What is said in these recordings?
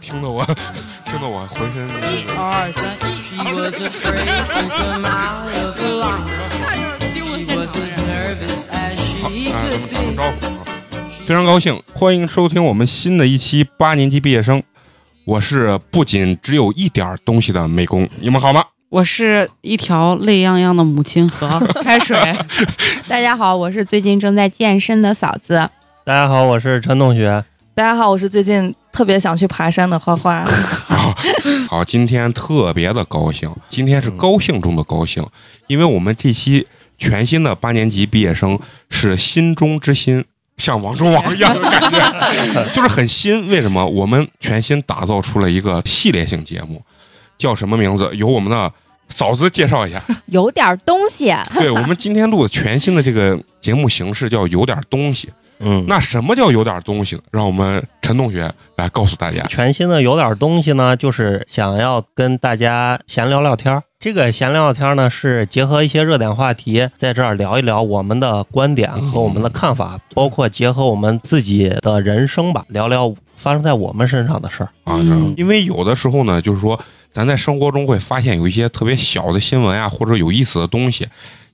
听得我， 听得我浑身一二三，一 She was afraid to come out of her line. 看就是丢了现 She was 场 as 呀。 nervous as 好， she 哎，咱们 could 打个 be. 招呼啊！非常高兴，欢迎收听我们新的一期八年级毕业生。我是不仅只有一点儿东西的美工，你们好吗？我是一条泪泱泱的母亲河开水，大家好，我是最近正在健身的嫂子。大家好，我是陈同学。大家好，我是最近特别想去爬山的花花。 好，今天特别的高兴，今天是高兴中的高兴，因为我们这期全新的八年级毕业生是心中之心，像王中王一样的感觉， 就是很新。为什么？我们全新打造出了一个系列性节目，叫什么名字？由我们的嫂子介绍一下。有点东西，对我们今天录的全新的这个节目形式叫有点东西。嗯，那什么叫有点东西呢？让我们陈同学来告诉大家。全新的有点东西呢，就是想要跟大家闲聊聊天儿。这个闲聊聊天儿呢，是结合一些热点话题，在这儿聊一聊我们的观点和我们的看法，包括结合我们自己的人生吧，聊聊发生在我们身上的事儿。啊，嗯然后因为有的时候呢，就是说咱在生活中会发现有一些特别小的新闻啊，或者有意思的东西，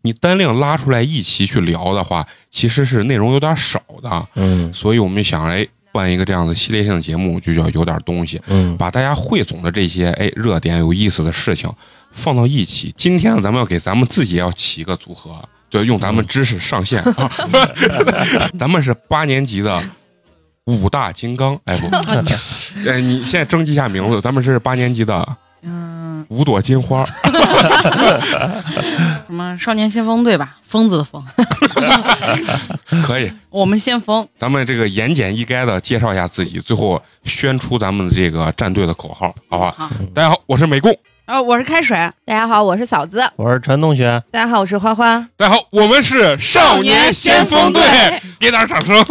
你单另拉出来一起去聊的话，其实是内容有点少的，啊嗯所以我们想哎办一个这样的系列性的节目，就叫有点东西，嗯，把大家汇总的这些哎热点有意思的事情放到一起。今天呢咱们要给咱们自己也要起一个组合，对，用咱们知识上线，啊、咱们是八年级的五大金刚，哎不。哎，你现在征集一下名字，咱们是八年级的嗯，五朵金花，什么少年先锋队吧，疯子的疯，可以。我们先锋，咱们这个言简意赅的介绍一下自己，最后宣出咱们这个战队的口号，好啊吧？好，大家好，我是美工。然后我是开水，大家好，我是嫂子。我是陈同学。大家好，我是花花。大家好，我们是少年先锋队，给点掌声。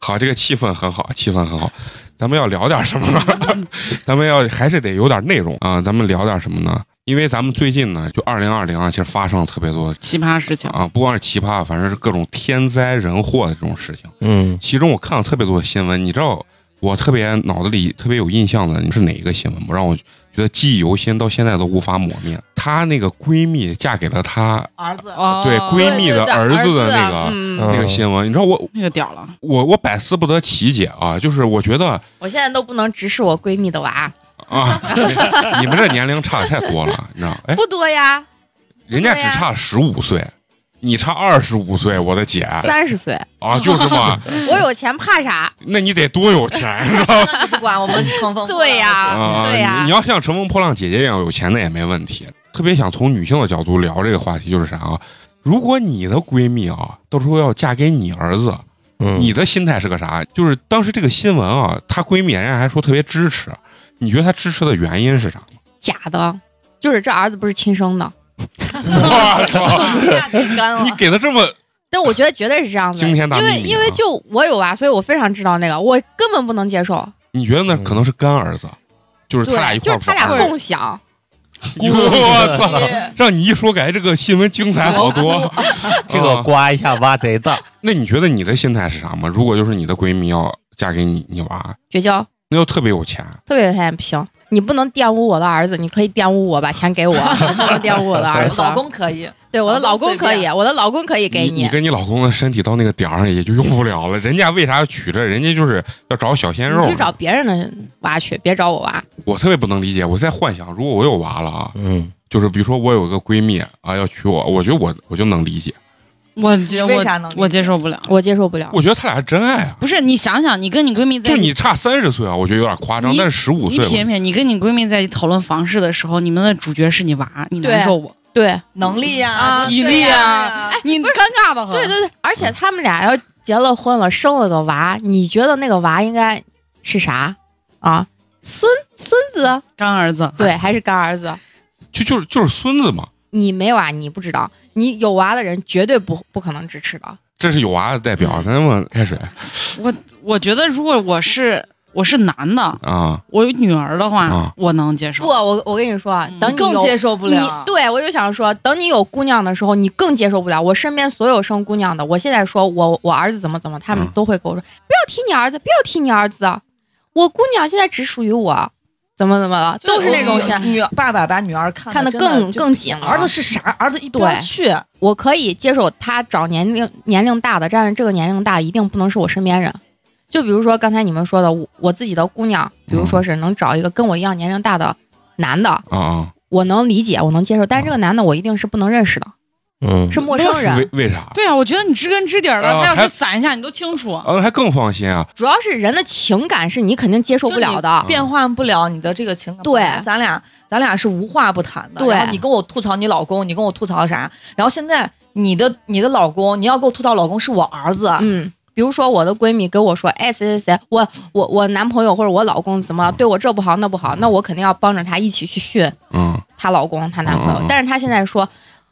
好，这个气氛很好，气氛很好。咱们要聊点什么呢？ 咱们要还是得有点内容啊。咱们聊点什么呢？因为咱们最近呢，就二零二零啊，其实发生了特别多奇葩事情，啊，不光是奇葩，反正是各种天灾人祸的这种事情。嗯，其中我看了特别多的新闻，你知道我特别脑子里特别有印象的，你是哪一个新闻吗？让我觉得记忆犹新，到现在都无法抹灭。她那个闺蜜嫁给了她儿子哦对闺蜜的儿子的那个嗯，嗯那个新闻，你知道我那个屌了，我我百思不得其解啊，就是我觉得我现在都不能直视我闺蜜的娃，啊，你们这年龄差的太多了，你知道？哎，不多呀，人家对啊只呀差十五岁。你差二十五岁，我的姐啊，三十岁，就是嘛，我有钱怕啥？那你得多有钱，是 吧？不管我们乘嗯风对呀，啊，对呀你，要像乘风破浪姐姐一样有钱，那也没问题。特别想从女性的角度聊这个话题，就是啥啊？如果你的闺蜜啊，到时候要嫁给你儿子，嗯你的心态是个啥？就是当时这个新闻啊，她闺蜜人家还说特别支持，你觉得她支持的原因是啥？ 假的，就是这儿子不是亲生的，我操！太干啊嗯你。给的这么但我觉得绝对是这样子，惊天大因为秘密啊因为就我有娃，所以我非常知道那个，我根本不能接受。你觉得呢？嗯可能是干儿子，就是他俩对，一就块是儿他俩玩儿。共享， 我操！让你一说，感觉这个新闻精彩好多。 嗯这个刮一下挖贼大。那你觉得你的心态是啥吗？如果就是你的闺蜜要嫁给你，你娃，绝交，那要特别有钱，特别特别不行。你不能玷污我的儿子，你可以玷污我，把钱给我，你不能玷污我的儿子。老，公可以，对我的老老公公随可以，我的老公可以给你你。跟你老公的身体到那个点儿上也就用不了了。人家为啥要娶这？人家就是要找小鲜肉你去。找别人的娃去，别找我娃。我特别不能理解，我在幻想，如果我有娃了啊，嗯，就是比如说我有一个闺蜜啊要娶我，我觉得我我就能理解，我接为我啥能理解我接受不了，我接受不了。我觉得他俩是真爱啊。不是你想想，你跟你闺蜜在就一起你差三十岁啊，我觉得有点夸张，你但是十五你岁品一我，品，你跟你闺蜜在一起讨论房事的时候，你们的主角是你娃，你对难受不？嗯对能力呀、啊体力对啊，哎你尴尬的很。对对对，而且他们俩要结了婚了，生了个娃，你觉得那个娃应该是啥 啊？孙孙子？啊干儿子，对，还是干儿子？就就是就是孙子嘛。你没娃，你不知道；你有娃的人绝对不不可能支持嗯的。这是有娃的代嗯表，咱们开始我觉得如果我是我是男的，啊，我有女儿的话，啊我能接不，受。我我跟你说啊，嗯等你更有接受不你了。对我就想说，等你有姑娘的时候，你更接受不了。我身边所有生姑娘的，我现在说我我儿子怎么怎么，他们嗯都会跟我说，不要提你儿子，不要提你儿子，我姑娘现在只属于我，怎么怎么了，都是那种就是事。女爸爸把女儿看看得得真的更就更紧了，儿子是啥？儿子一边对去，我可以接受他找年龄年龄大的，但是这个年龄大一定不能是我身边人。就比如说刚才你们说的，我我自己的姑娘，比如说是能找一个跟我一样年龄大的男的，啊啊，我能理解，我能接受，但这个男的我一定是不能认识的，嗯，是陌生人。为为啥？对啊，我觉得你知根知底儿啊的，他要还是散一下，你都清楚。啊，还更放心啊，主要是人的情感是你肯定接受不了的，变换不了你的这个情感。对咱俩咱俩是无话不谈的。对然后你跟我吐槽你老公，你跟我吐槽啥？然后现在你的你的老公，你要给我吐槽老公是我儿子，嗯。比如说，我的闺蜜跟我说：“哎，谁谁谁，我我我男朋友或者我老公怎么对我这不好那不好，那我肯定要帮着她一起去训嗯，她老公、她男朋嗯嗯友嗯。但是她现在说，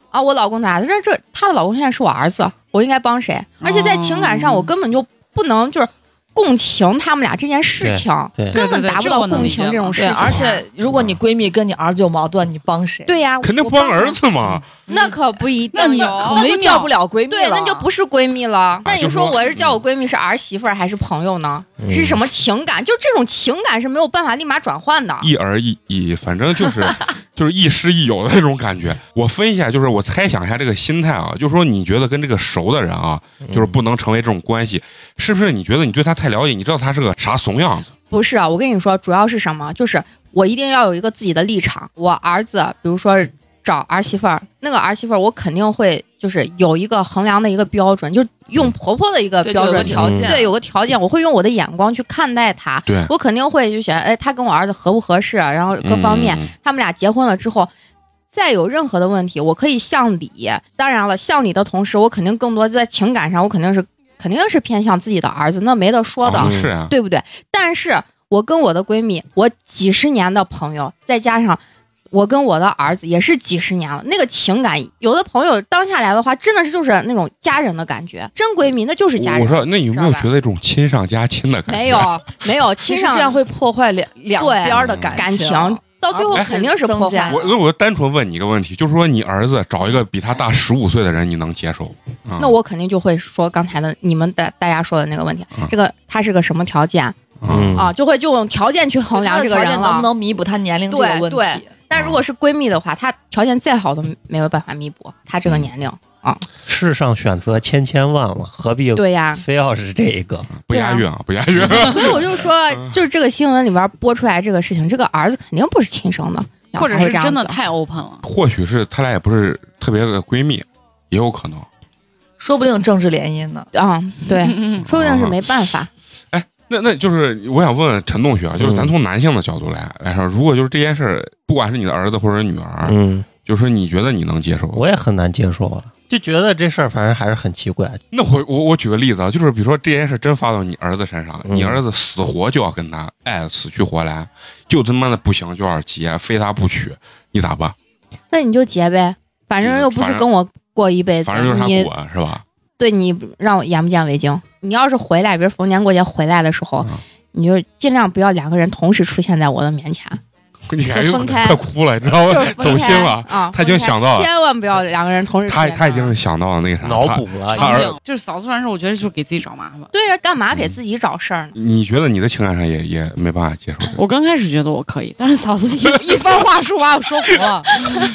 啊，我老公咋的？这这她的老公现在是我儿子，我应该帮谁？而且在情感上，哦我根本就不能就是共情他们俩这件事情，对对根本达不到共情这种事对，情。而且如果你闺蜜跟你儿子有矛盾，你帮谁？，对呀，肯定我嗯不帮儿，子嘛，那可不一那定你有。那就叫不了闺蜜对，那就不是闺蜜了。那你啊就说嗯说我是叫我闺蜜是儿媳妇儿还是朋友呢？嗯是什么情感？就这种情感是没有办法立马转换的。一儿一一，反正 就是就是亦师亦友的那种感觉。我分析一下，就是我猜想一下这个心态啊，就是说你觉得跟这个熟的人啊，就是不能成为这种关系，是不是？你觉得你对他太了解，你知道他是个啥怂样子？不是啊，我跟你说，主要是什么？就是我一定要有一个自己的立场。我儿子，比如说找儿媳妇儿，那个儿媳妇儿，我肯定会就是有一个衡量的一个标准，就是嗯用婆婆的一个对就标有个准去，条件。对，有个条件，我会用我的眼光去看待她。对我肯定会就选，哎，她跟我儿子合不合适，啊然后各方面，嗯他们俩结婚了之后，再有任何的问题，我可以向礼。当然了，向礼的同时，我肯定更多在情感上，我肯定是肯定是偏向自己的儿子，那没得说的，啊是啊，对不对？但是我跟我的闺蜜，我几十年的朋友，再加上。我跟我的儿子也是几十年了，那个情感，有的朋友当下来的话，真的是就是那种家人的感觉，真闺蜜那就是家我人，说，那你有没有知道吧觉得这种亲上加亲的感觉？没有没有，其亲实上这样会破坏两两对边的感感情情，到最后而不是肯定是增破加坏我的。那我单纯问你一个问题，就是说你儿子找一个比他大十五岁的人，你能接受？啊那我肯定就会说刚才的你们大大家说的那个问题嗯，这个他是个什么条件嗯啊，就会就用条件去衡量这个他的条人件能不了。能弥补他年龄这个对问对题？但如果是闺蜜的话，她条件再好都没有办法弥补她这个年龄。世上选择千千万万，何必对啊呀，非要是这一个？不押韵啊，不押韵。 所以我就说，就是这个新闻里边播出来这个事情，这个儿子肯定不是亲生的，然后或才者会是这样真的子太 open 了，或许是他俩也不是特别的闺蜜，也有可能。说不定政治联姻呢。啊，对，嗯，嗯说不定是没办法。那那就是我想问问陈同学啊，就是嗯咱从男性的角度来来说，如果就是这件事儿，不管是你的儿子或者女儿，嗯，就是你觉得你能接受？我也很难接受啊，就觉得这事儿反正还是很奇怪。那我我我举个例子啊，就是比如说这件事真发到你儿子身上，嗯你儿子死活就要跟他爱死去活来，就他妈的不行就要结，非他不娶，你咋办？那你就结呗，反正又不反是正跟我过一辈子反正就是，他你滚是吧？对你让我眼不见为净。你要是回来，比如逢年过节回来的时候，嗯你就尽量不要两个人同时出现在我的面 前，你感觉分开快哭了，你知道吗就？是走分开心了。啊！他已经分开想到了千万不要两个人同时出他现。啊他已经想到了那个啥，脑他补了，他场儿景就是嫂子完事，我觉得就是给自己找麻烦。对呀，干嘛嗯给自己找事儿呢？你觉得你的情感上也也没办法接受这个？我刚开始觉得我可以，但是嫂子 一一番话术把我说服 了，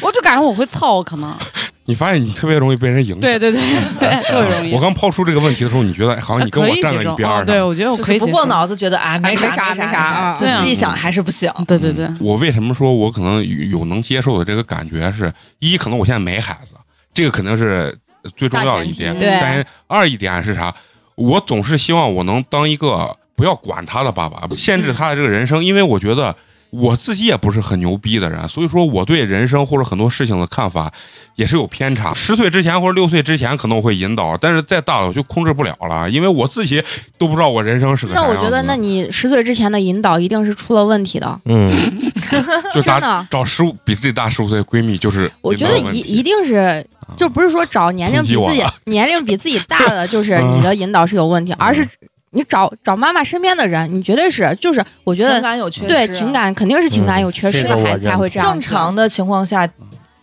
我就感觉我会操，可能你发现你特别容易被人影响。啊对对对 对，特别容易。我刚抛出这个问题的时候，你觉得哎好像你跟可我以站接在受一边儿哦上。对，我觉得我就可是以不接过受脑子觉得哎没没啥啥没啥没啥啊仔细一想还是不行。对对对，嗯我为什么说我可能有有能接受的这个感觉是，一可能我现在没孩子，这个肯定是最重要的一点大。前提对但二一点是啥？我总是希望我能当一个不要管他的爸爸，限制他的这个人生，因为我觉得我自己也不是很牛逼的人，所以说我对人生或者很多事情的看法也是有偏差。十岁之前或者六岁之前可能我会引导，但是再大了我就控制不了了，因为我自己都不知道我人生是个啥那我样觉得，子那你十岁之前的引导一定是出了问题的，嗯，就真大的。找十五比自己大十五岁的闺蜜就是我引觉导得问一题嗯一定是，就不是说找年龄抨击比我自己了嗯年龄比自己大的，就是你的引导是有问题，而是你找找妈妈身边的人，你绝对是，就是我觉情得感有缺失，对情感肯定是情感嗯有缺失这的个我孩子才认会这样啊正子常的情况下，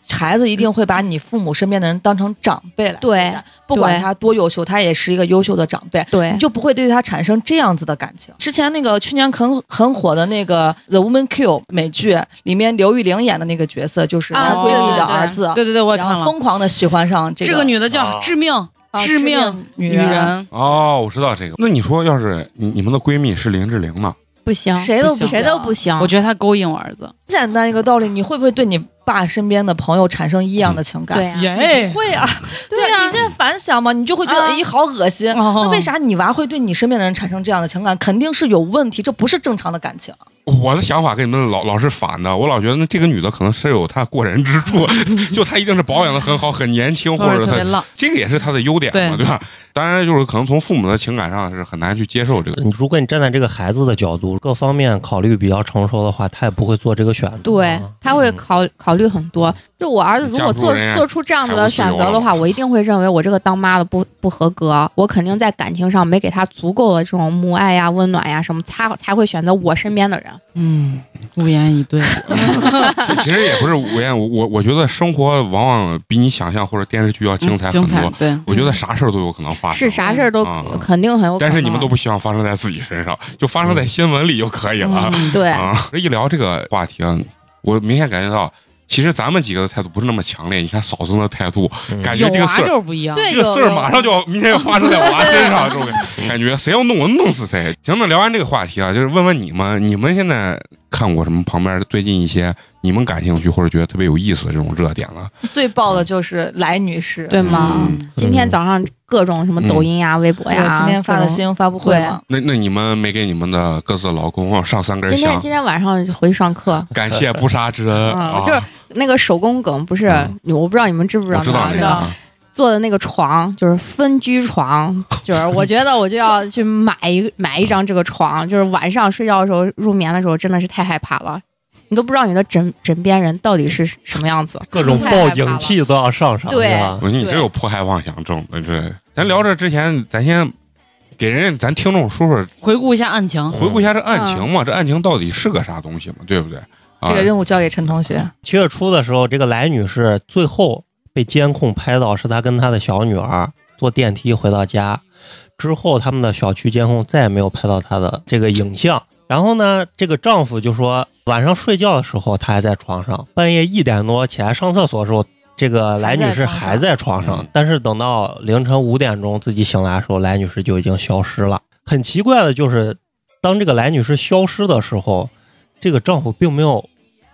孩子一定会把你父母身边的人当成长辈来对对待，不管对他多优秀，他也是一个优秀的长辈。对你。就不会对他产生这样子的感情。之前那个去年很很火的那个《The Woman Q》美剧里面，刘玉玲演的那个角色就是啊她闺对对蜜的对儿子，对对对，我也然看后了。疯狂的喜欢上这个这个女的啊叫致命啊哦致命女女人，哦，我知道这个。那你说要是你你们的闺蜜是林志玲呢？不行，谁都不行谁都不行。行。我觉得她勾引我儿子。很简单一个道理，你会不会对你爸身边的朋友产生异样的情感？对哎呀、你不 会啊，对呀、你现在反想嘛，你就会觉得啊咦，好恶心。那那为？啥你娃会对你身边的人产生这样的情感？肯定是有问题，这不是正常的感情。我的想法跟你们老老是反的，我老觉得那这个女的可能是有她过人之处，就她一定是保养的很好，很年轻，或或者者哦特别她浪，这个也是她的优点嘛，对对吧？当然就是可能从父母的情感上是很难去接受 这个。如果你站在这个孩子的角度，各方面考虑比较成熟的话，他也不会做这个选择。对哦嗯，他会考考虑很多。就我儿子如果嫁不出做嗯人家啊做出这样子的选择财务自由的话，了我一定会认为我这个当妈的不不合格，我肯定在感情上没给他足够的这种母爱呀、温暖呀什么，才才会选择我身边的人。啊嗯，无言以对。其实也不是我言，我我我觉得生活往往比你想象或者电视剧要精彩很嗯精彩多。，对，我觉得啥事儿都有可能发生，是啥事儿都嗯肯定很有可能。嗯但是你们都不希望发生在自己身上，就发生在新闻里就可以了。嗯对，啊，一聊这个话题啊，我明显感觉到，其实咱们几个的态度不是那么强烈。你看嫂子的态度，嗯感觉有这个娃事儿，就是不一样。对这个有事儿有马上就要明天要发生在我娃身上，就感感觉谁要弄我弄死谁。行，那聊完这个话题啊，就是问问你们，你们现在看过什么旁边最近一些你们感兴趣或者觉得特别有意思的这种热点了？最爆的就是来女士，对吗？嗯今天早上各种什么抖音呀、微博对呀，今天发各的种新闻发布会对嘛，那那你们没给你们的各自的老公上三根今天香？今天晚上就回去上课，感谢不杀之恩啊！嗯，就是那个手工梗，不是嗯我不知道你们知不知我道知道这那个知个道啊，做的那个床就是分居床， 就是我觉得我就要去买一买一张这个床，嗯就是晚上睡觉的时候入眠的时候真的是太害怕了，你都不知道你的枕枕边人到底是什么样子。各种报警器都要上上，对是吧我觉得你这有迫害妄想症，这咱聊这之前，咱先给人家咱听众说说，回顾一下案情，回顾一下这案情嘛，这案情到底是个啥东西嘛，对不对？啊嗯这个任务交给陈同学。七月初的时候，这个来女士最后被监控拍到，是她跟她的小女儿坐电梯回到家之后，他们的小区监控再也没有拍到她的这个影像。然后呢，这个丈夫就说，晚上睡觉的时候她还在床上，半夜一点多起来上厕所的时候，这个来女士还在床上嗯，但是等到凌晨五点钟自己醒来的时候，来女士就已经消失了。很奇怪的就是，当这个来女士消失的时候，这个丈夫并没有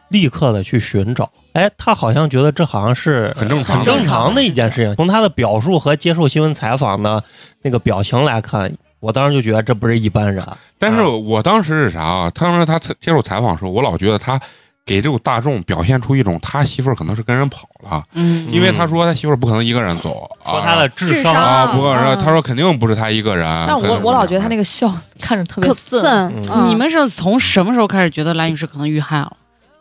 立刻的去寻找，哎，她好像觉得这好像是很正常很正常的一件事情。从她的表述和接受新闻采访的那个表情来看，我当时就觉得这不是一般人。但是我当时是啥啊？当时他接受采访的时候，我老觉得他给这种大众表现出一种他媳妇儿可能是跟人跑了，嗯，因为他说他媳妇儿不可能一个人走，说她的智智商，商啊，不可能，嗯他说肯定不是他一个人。但我我老觉得他那个个笑看着特别可涩。瘆嗯嗯你们是从什么时候开始觉得蓝女士可能遇害了？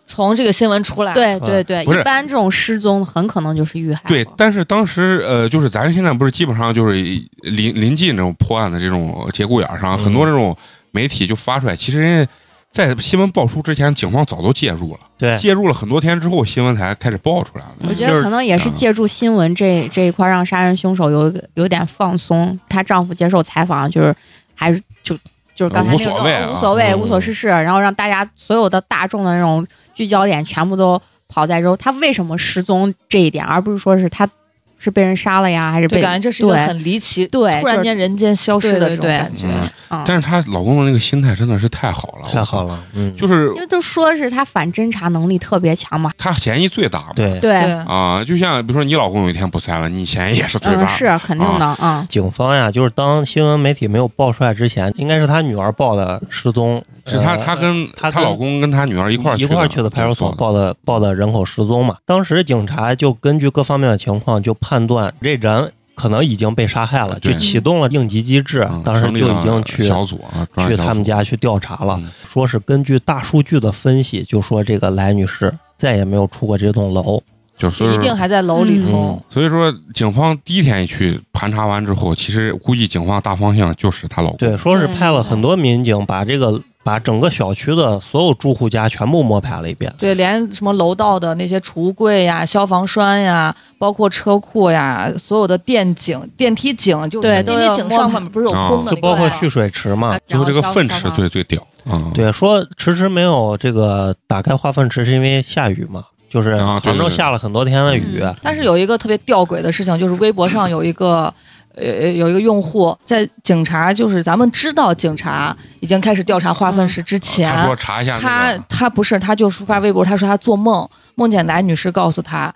从这个新闻出来，，对对对，不是一般这种失踪很可能就是遇害了。对，但是当时呃，就是咱现在不是基本上就是临临近这种破案的这种节骨眼儿上，嗯很多这种媒体就发出来，其实人家在新闻爆出之前，警方早都介入了，对，介入了很多天之后，新闻才开始爆出来了。我嗯觉就得是可能也是借助新闻这这一块，让杀人凶手有一个有点放松。她丈夫接受采访，就是还是就就是刚才那个无所谓啊无所谓、嗯无所事事，然后让大家所有的大众的那种聚焦点全部都跑在这种她为什么失踪这一点，而不是说是她是被人杀了呀，还是就被感觉这是一个对很离奇，对突然就是间人间消失对的对这种感觉。嗯，嗯但是她老公的那个心态真的是太好了，太好了，了，嗯，就是是因为都说是她反侦查能力特别强嘛，他嫌疑最大嘛。对。对，对，啊，就像比如说你老公有一天不在了，你嫌疑也是最嗯，大。啊是肯定的，嗯。警方呀，就是当新闻媒体没有爆出来之前，应该是他女儿报的失踪是她呃她跟她她跟老公跟她女儿一块儿一块儿去的嗯的派出所报报的报的人口失踪嘛。当时警察就根据各方面的情况，就判断这人可能已经被杀害了，对就启动了应急机制，嗯当时就已经去小组啊，专去案小他们组家去调查了，嗯说是根据大数据的分析，就说这个来女士再也没有出过这栋楼。就是所就以一定说还在楼里头嗯。所以说警方第一天一去盘查完之后，其实估计警方大方向就是她老公。对，说是对派了很多民警把这个把整个小区的所有住户家全部摸排了一遍。对，连什么楼道的那些储物柜呀、消防栓呀，包括车库呀，所有的电井、电梯井，就是对电都有梯井摸上排面不是有啊空的就那个包括吗蓄水池嘛，最后这个粪池池最最屌啊！对，说迟迟没有这个打开化粪池，是因为下雨嘛，就是啊对杭州对对下了很多天的雨，啊嗯但是有一个特别吊诡的事情，就是微博上有一个。呃，有一个用户在警察，就是咱们知道警察已经开始调查化粪池之前，哦他说查一下那她个她不是，她就是发微博，她说她做梦，梦见来女士告诉她，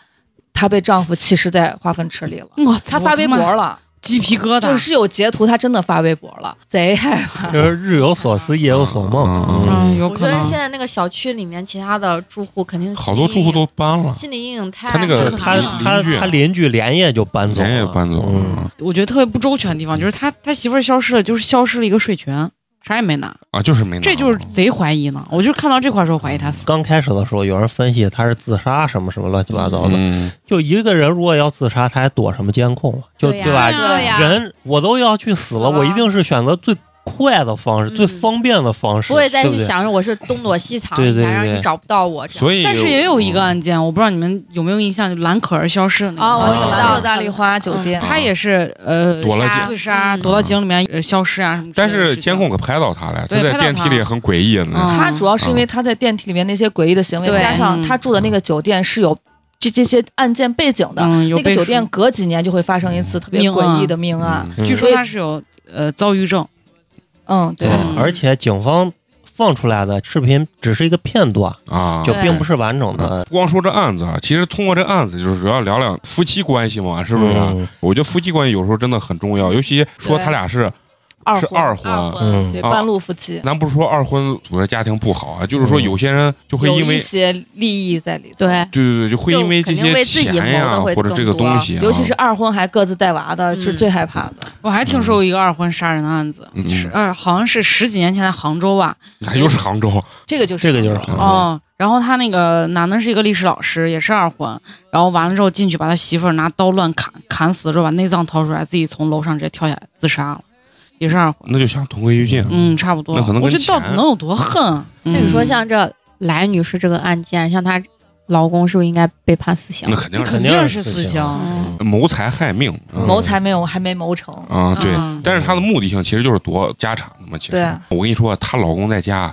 她被丈夫弃尸在化粪池里了。我她操发微博，了，鸡皮疙就瘩。是有截图，她真的发微博了，贼害怕。就是日有所思，夜有所梦。嗯嗯，有我觉可得能现。在那个小区里面，其他的住户肯定好多住户都搬了，心理阴影太啊他那个可嗯怕他邻了他居啊他邻居连夜就搬走了，人也搬走嗯了我觉得特别不周全的地方就是他他媳妇儿消失了，就是消失了一个税权，啥也没拿，啊，就是没拿这就是贼怀疑呢。我就看到这块儿时候怀疑他死。刚开始的时候，有人分析他是自杀什么什么乱七八糟的。嗯，就一个人如果要自杀，他还躲什么监控啊？就对呀吧？对呀人我都要去死了，死了我一定是选择最快的方式、嗯最方便的方式，不会再对去不对？想着我是东躲西藏对一对下，让对你找不到我这样。所以嗯但是也有一个案件，我不知道你们有没有印象，就蓝可儿消失的那个。哦啊我知道蓝色大丽花酒店，他也是呃躲了井自杀，嗯躲到井里面呃消失啊什么之类但的事情。是监控可拍到他了，他对在拍到电梯他里也很诡异呢。嗯她主要是因为她在电梯里面那些诡异的行为，对加上嗯她住的那个酒店是有这这些案件背景的，嗯，有那个被酒店说隔几年就会发生一嗯次特别命案啊诡异的命啊案。嗯据所说以他是有呃躁郁症，嗯，对对，嗯而且警方放出来的视频只是一个片段，啊，就嗯对并不是完整的。不光说这案子啊，其实通过这案子，就是主要聊聊夫妻关系嘛，是不是啊？嗯我觉得夫妻关系有时候真的很重要，尤其说他俩是二是婚，二婚，二婚，嗯对，啊半路夫妻，咱不是说二婚组的家庭不好啊，就是说嗯有些人就会有因为一些利益在里头。对，对对对，就会因为这就肯定些为自己钱谋呀的会或者这个更多东西啊，尤其是二婚还各自带娃的，嗯是最害怕的。我还听说过一个二婚杀人的案子，嗯是呃好像是十几年前在杭州吧，那又是杭州，这个就是这个就是嗯哦，然后他那个男的是一个历史老师，也是二婚，然后完了之后进去把他媳妇儿拿刀乱砍，砍死了之后把内脏掏出来，自己从楼上直接跳下来自杀了，也是二婚，那就想同归于尽。嗯，差不多。那可能我跟觉得到底钱能有多恨啊？那你说嗯像这来女士这个案件，像她老公是不是应该被判死刑啊那？肯定是肯定定是是死死刑刑，谋财害命，嗯谋财没有，还没谋成。啊，对嗯。但是她的目的性其实就是夺家产的嘛。其对实我跟你说，啊她老公在家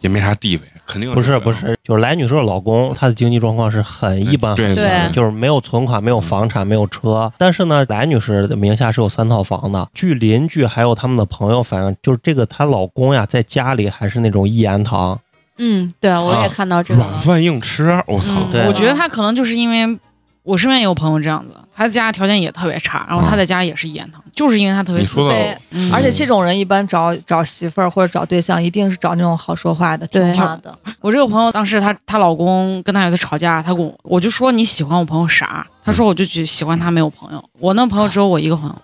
也没啥地位，肯定不是不是，就是来女士的老公，他的经济状况是很一般，对对就是没有存款、没有房产、没有车。但是呢，来女士的名下是有三套房的。据邻居还有他们的朋友反映，就是这个她老公呀，在家里还是那种一言堂，嗯，对，我也啊看到这个软了。饭硬吃，啊我操！对我觉得他可能就是因为我身边也有朋友这样子，他家条件也特别差，然后他在家也是一言堂，就是因为他特别你自说卑，到对，嗯而且这种人一般找找媳妇儿或者找对象，一定是找那种好说话的、对听话的。我这个朋友当时她她老公跟她有一次吵架，她跟我我就说你喜欢我朋友啥？她说我就只喜欢他没有朋友，我那朋友只有我一个朋友，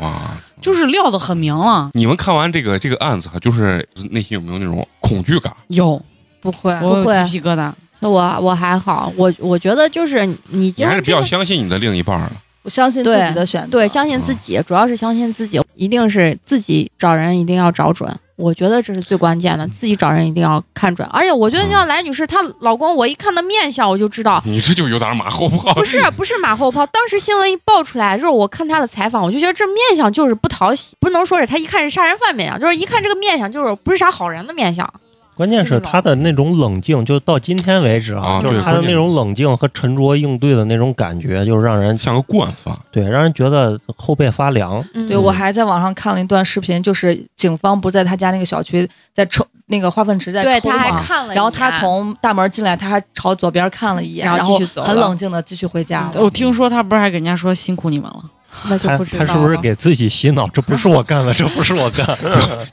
哇，就是撂的很明了。你们看完这个这个案子哈，就是内心有没有那种恐惧感？有，嗯不会，我不会有鸡皮疙瘩。就我我还好，我我觉得就是你你你结还婚是比之较后相信你的另一半儿的。我相信自己的选择。对，相信自嗯己，主要是相信自己，一定是自己找人一定要找准。我觉得这是最关键的，自己找人一定要看准。而且我觉得嗯哦像来女士，她老公，我一看她面相，我就知道你这就有点马后炮。不是不是马后炮。当时新闻一爆出来，就是我看她的采访，我就觉得这面相就是不讨喜，不能说是她一看是杀人犯面相，就是一看这个面相就是不是啥好人的面相。关键是她的那种冷静，就到今天为止啊啊，就对是她的关键那种冷静和沉着应对的那种感觉，就是让人像个惯犯，对让人觉得后背发凉。嗯，对，我还在网上看了一段视频，就是警方不在他家那个小区在抽那个化粪池在对抽她还嘛，看了一眼，然后他从大门进来，他还朝左边看了一眼，然然后后继续走了很冷静的继续回家了。我听说她不是还给人家说辛苦你们了，那就他不知道他了。是不是给自己洗脑？这不是我干的，这不是我干。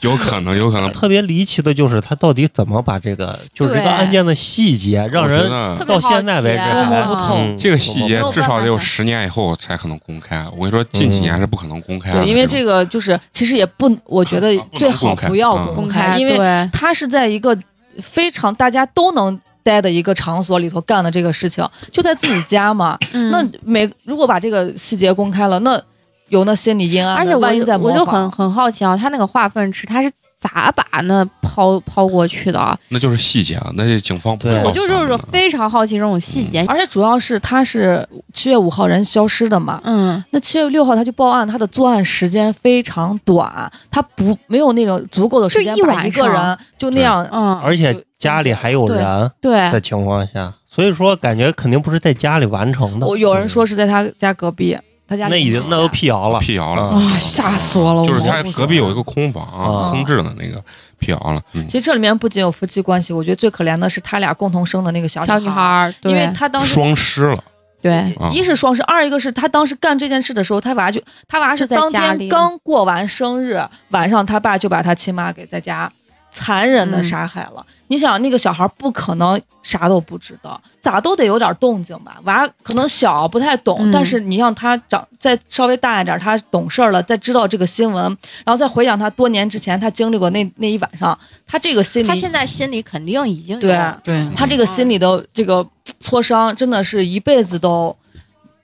有可能，有可能。特别离奇的就是他到底怎么把这个，就是这个对案件的细节， 让我觉人得特别到好现在奇为止啊还捉摸不透嗯这个细节我至少得我有爸爸十年以后才可能公开。我跟你说，近几嗯年是不可能公开的。对，因为这这个就是其实也不，我觉得啊不能最好公开不要嗯公公开，开？因为对他是在一个非常大家都能待的一个场所里头干的这个事情，就在自己家嘛。嗯那每如果把这个细节公开了，那有那心理阴暗的，而且我啊万一在就我模就很仿很好奇啊，他那个化粪池他是咋把那抛抛过去的啊？那就是细节啊，那就警方不对嗯会我告就诉就咱是们的非常好奇这种细节。而且主要是他是七月五号人消失的嘛，嗯，那七月六号他去报案，他的作案时间非常短，他不没有那种足够的时间就一把一个晚上人就那样嗯，而且家里还有人的对，哎情况下，所以说感觉肯定不是在家里完成的。嗯我有人说是在他家隔壁，他家那已经那都辟谣了，辟谣了啊，吓死我了！就是我他不隔壁有一个空啊房，空置的那个辟谣了。嗯其实这里面不仅有夫妻关系，我觉得最可怜的是他俩共同生的那个小小女女孩，儿，因为对他当时双尸了，对，啊一是双十，二一个是他当时干这件事的时候，他娃就他娃是就在当家里天刚过完生日，晚上他爸就把他亲妈给在家残忍嗯的杀害了。你想，那个小孩不可能啥都不知道，咋都得有点动静吧？娃可能小不太懂，嗯但是你让他长再稍微大一点，他懂事儿了，再知道这个新闻，然后再回想他多年之前他经历过那那一晚上，他这个心他理现在心里肯定已经有对。对，嗯他这个心里的这个挫伤，真的是一辈子都，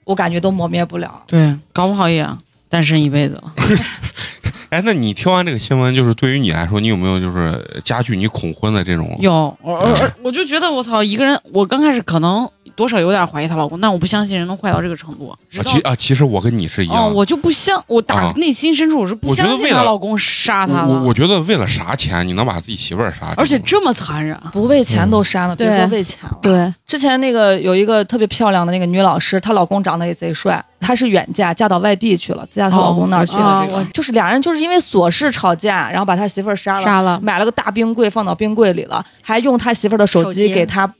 我感觉都磨灭不了。对，搞不好也啊单身一辈子了。哎，那你听完这个新闻，就是对于你来说，你有没有就是加剧你恐婚的这种？有，我嗯我我就觉得我操，一个人，我刚开始可能多少有点怀疑她老公，但我不相信人能坏到这个程度。直啊，到其啊，其实我跟你是一哦，样的。我就不相，我打、啊内心深处我是不我觉相得信为她了老公杀她我我了，我觉得为了啥钱你能把自己媳妇儿杀？而且这么残忍。不为钱都杀呢，嗯别对说为钱了。，对，之前那个有一个特别漂亮的那个女老师，她老公长得也贼帅，她是远嫁，嫁到外地去了，嫁到她老公那儿去了。哦哦我就是俩人就是因为琐事吵架，然后把他媳妇儿杀了，杀了，嗯买了个大冰柜放到冰柜里了，还用他媳妇儿的手手机机给他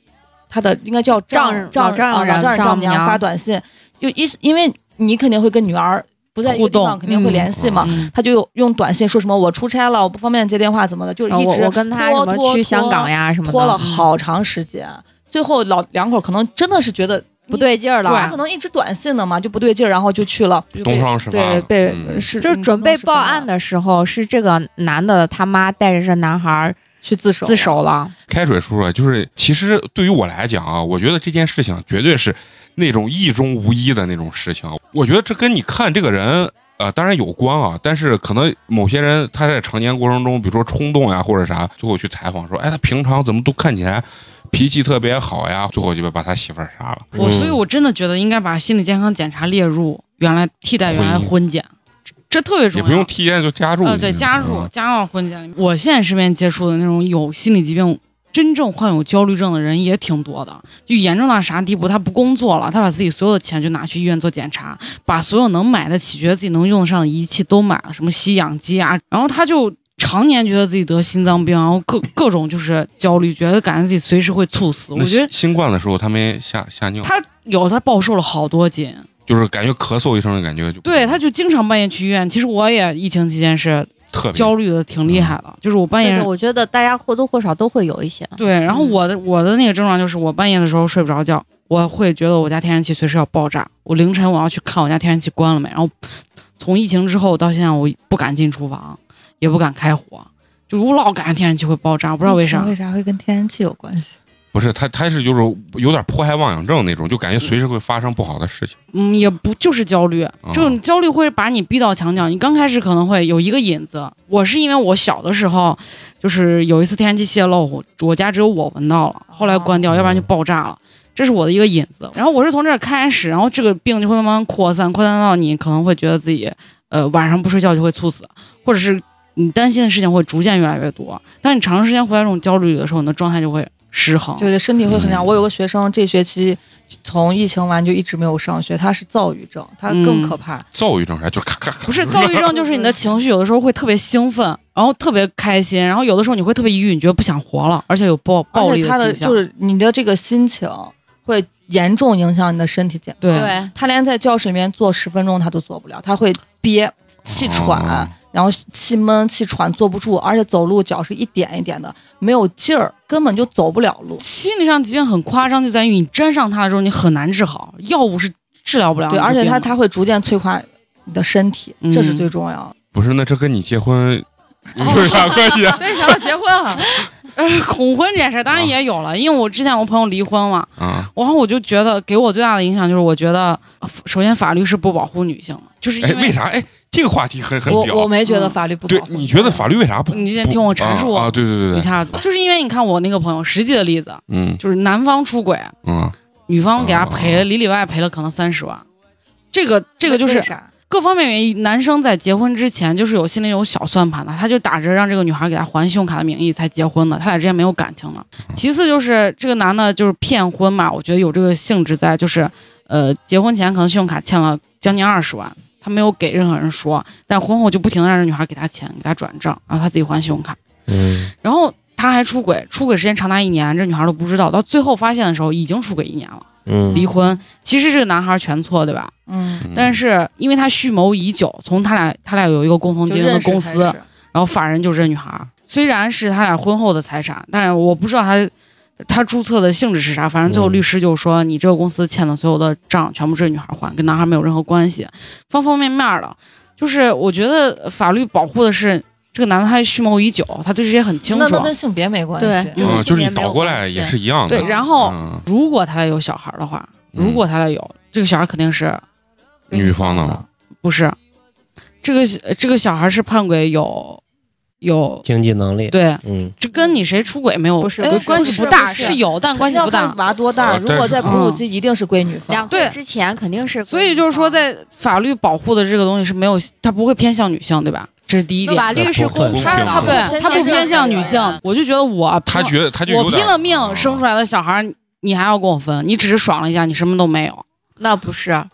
他的应该叫丈老丈丈丈啊人老丈人丈丈母母娘娘发短信，就一因为你肯定会跟女儿不在一个地互方，动肯定会嗯联系嘛。嗯，他就用短信说什么我出差了，我不方便接电话，怎么的，就是然后一哦我直我跟他什拖么拖去香港呀什么的，拖了嗯好长时间。最后老两口可能真的是觉得不对劲儿他了啊可，能一直短信的嘛，就不对劲儿，然后就去了，就被东窗事发对了被嗯是就是准备报案的的时候，是这个男的他妈带着这男孩儿去自首自。首了，开水叔啊，就是其实对于我来讲啊，我觉得这件事情绝对是那种意中无一的那种事情。我觉得这跟你看这个人，呃，当然有关啊，但是可能某些人他在成年过程中，比如说冲动呀或者啥，最后去采访说，哎，他平常怎么都看起来脾气特别好呀，最后就把他媳妇儿杀了。我嗯所以，我真的觉得应该把心理健康检查列入原来替代原来婚姻婚检，这这特别重也要。不用体验就加入进去，呃，对，加入嗯加到婚检里面。我现在身边接触的那种有心理疾病、真正患有焦虑症的人也挺多的，就严重到啥地步，他不工作了，他把自己所有的钱就拿去医院做检查，把所有能买得起、觉得自己能用得上的仪器都买了，什么吸氧机啊，然后他就。常年觉得自己得心脏病，然后各各种就是焦虑，觉得感觉自己随时会猝死。我那觉新得新冠的时候，他没吓吓尿，他有他暴瘦了好多斤，就是感觉咳嗽一声的感觉就对，他就经常半夜去医院。其实我也疫情期间是特别嗯焦虑的挺厉害的，就是我半对夜对，我觉得大家或多或少都会有一些，对，然后嗯我的我的那个症状就是，我半夜的时候睡不着觉，我会觉得我家天然气随时要爆炸。我凌晨我要去看我家天然气关了没。然后从疫情之后到现在，我不敢进厨房，也不敢开火，就我老感觉天然气会爆炸，我不不知道为啥。为啥会跟天然气有关系？不是他，他是就是有点迫害妄想症那种，就感觉随时会发生不好的事情。啊嗯，也不就是焦虑，嗯这种焦虑会把你逼到墙角。你刚开始可能会有一个引子，我是因为我小的时候，就是有一次天然气泄漏，我我家只有我闻到了，后来关掉，哦要不然就爆炸了。这是我的一个引子，然后我是从这儿开始，然后这个病就会慢慢扩散，扩散到你可能会觉得自己，呃，晚上不睡觉就会猝死，或者是你担心的事情会逐渐越来越多。当你长时间活在这种焦虑里的时候，你的状态就会失衡。就是身体会很差。嗯我有个学生这学期从疫情完就一直没有上学，他是躁郁症，他更嗯可怕。躁郁症啥，就是咔咔咔，不是躁郁症，就是你的情绪有的时候会特别兴奋，然后特别开心，然后有的时候你会特别抑郁，你觉得不想活了，而且有暴暴而力且他的的倾向。就是你的这个心情会严重影响你的身体健康。对对，他连在教室里面坐十分钟他都坐不了，他会憋、气喘，哦然后气闷、气喘，坐不住，而且走路脚是一点一点的，没有劲儿，根本就走不了路。心理上疾病很夸张，就在于你沾上它了之后，你很难治好，药物是治疗不了。对，而且他它他会逐渐摧垮你的身体，嗯这是最重要的。 不是，那这跟你结婚哦有啥关 系啊？为什么结婚了？呃，恐婚这件事儿当然也有了，因为我之前我朋友离婚嘛，啊，然后我就觉得给我最大的影响就是，我觉得呃首先法律是不保护女性的，就是因哎，为为啥？哎，这个话题很很我屌我。没觉得嗯法律不对保，护你觉得法律为啥不？你先听我陈述啊啊，对对一对对，下，就是因为你看我那个朋友实际的例子，嗯就是男方出轨，嗯，女方给他赔了里里外外赔了可能三十万，这个这个就为是啥？各方面原因，男生在结婚之前就是有心里有小算盘的，他就打着让这个女孩给他还信用卡的名义才结婚的，他俩之间没有感情的。嗯其次就是这个男的就是骗婚嘛，我觉得有这个性质在，就是呃结婚前可能信用卡欠了将近二十万，他没有给任何人说，但婚后就不停的让这女孩给他钱，给他转账，然后他自己还信用卡，嗯，然后他还出轨，出轨时间长达一年，这女孩都不知道，到最后发现的时候已经出轨一年了，嗯离婚。其实这个男孩全错，对吧？嗯，嗯但是因为他蓄谋已久，从他俩他俩有一个共同就经营的认识公开司，始然后法人就是这女孩儿。虽然是他俩婚后的财产，但是我不知道他他注册的性质是啥。反正最后嗯律师就说，你这个公司欠的所有的账全部是这女孩儿还，跟男孩儿没有任何关系，方方面面儿的。就是我觉得法律保护的是这个男的，他蓄谋已久，他对这些很清楚那。那跟性别没关系。对嗯，就是性别你没有倒过来关系也是一样的。对，然后嗯，如果他俩有小孩儿的话，如果他俩有这个小孩，肯定是女方的嘛，不是，这个小这个小孩是判给有有经济能力，，对，嗯，这跟你谁出轨没有不是跟不是关不系是不大，不是有但关系要不看大。娃多大，呃如但果是在哺乳嗯期，一定是归女两方。岁对之前肯定是，所以就是说，在法律保护的这个东西是没有，它不会偏向女性，对吧？这是第一就点。法律是公平他的，他不对，它不偏向女性，我就觉得我他觉得他就有我点啊拼了命生出来的小孩，你还要跟我分？你只是爽了一下，你什么都没有。那不是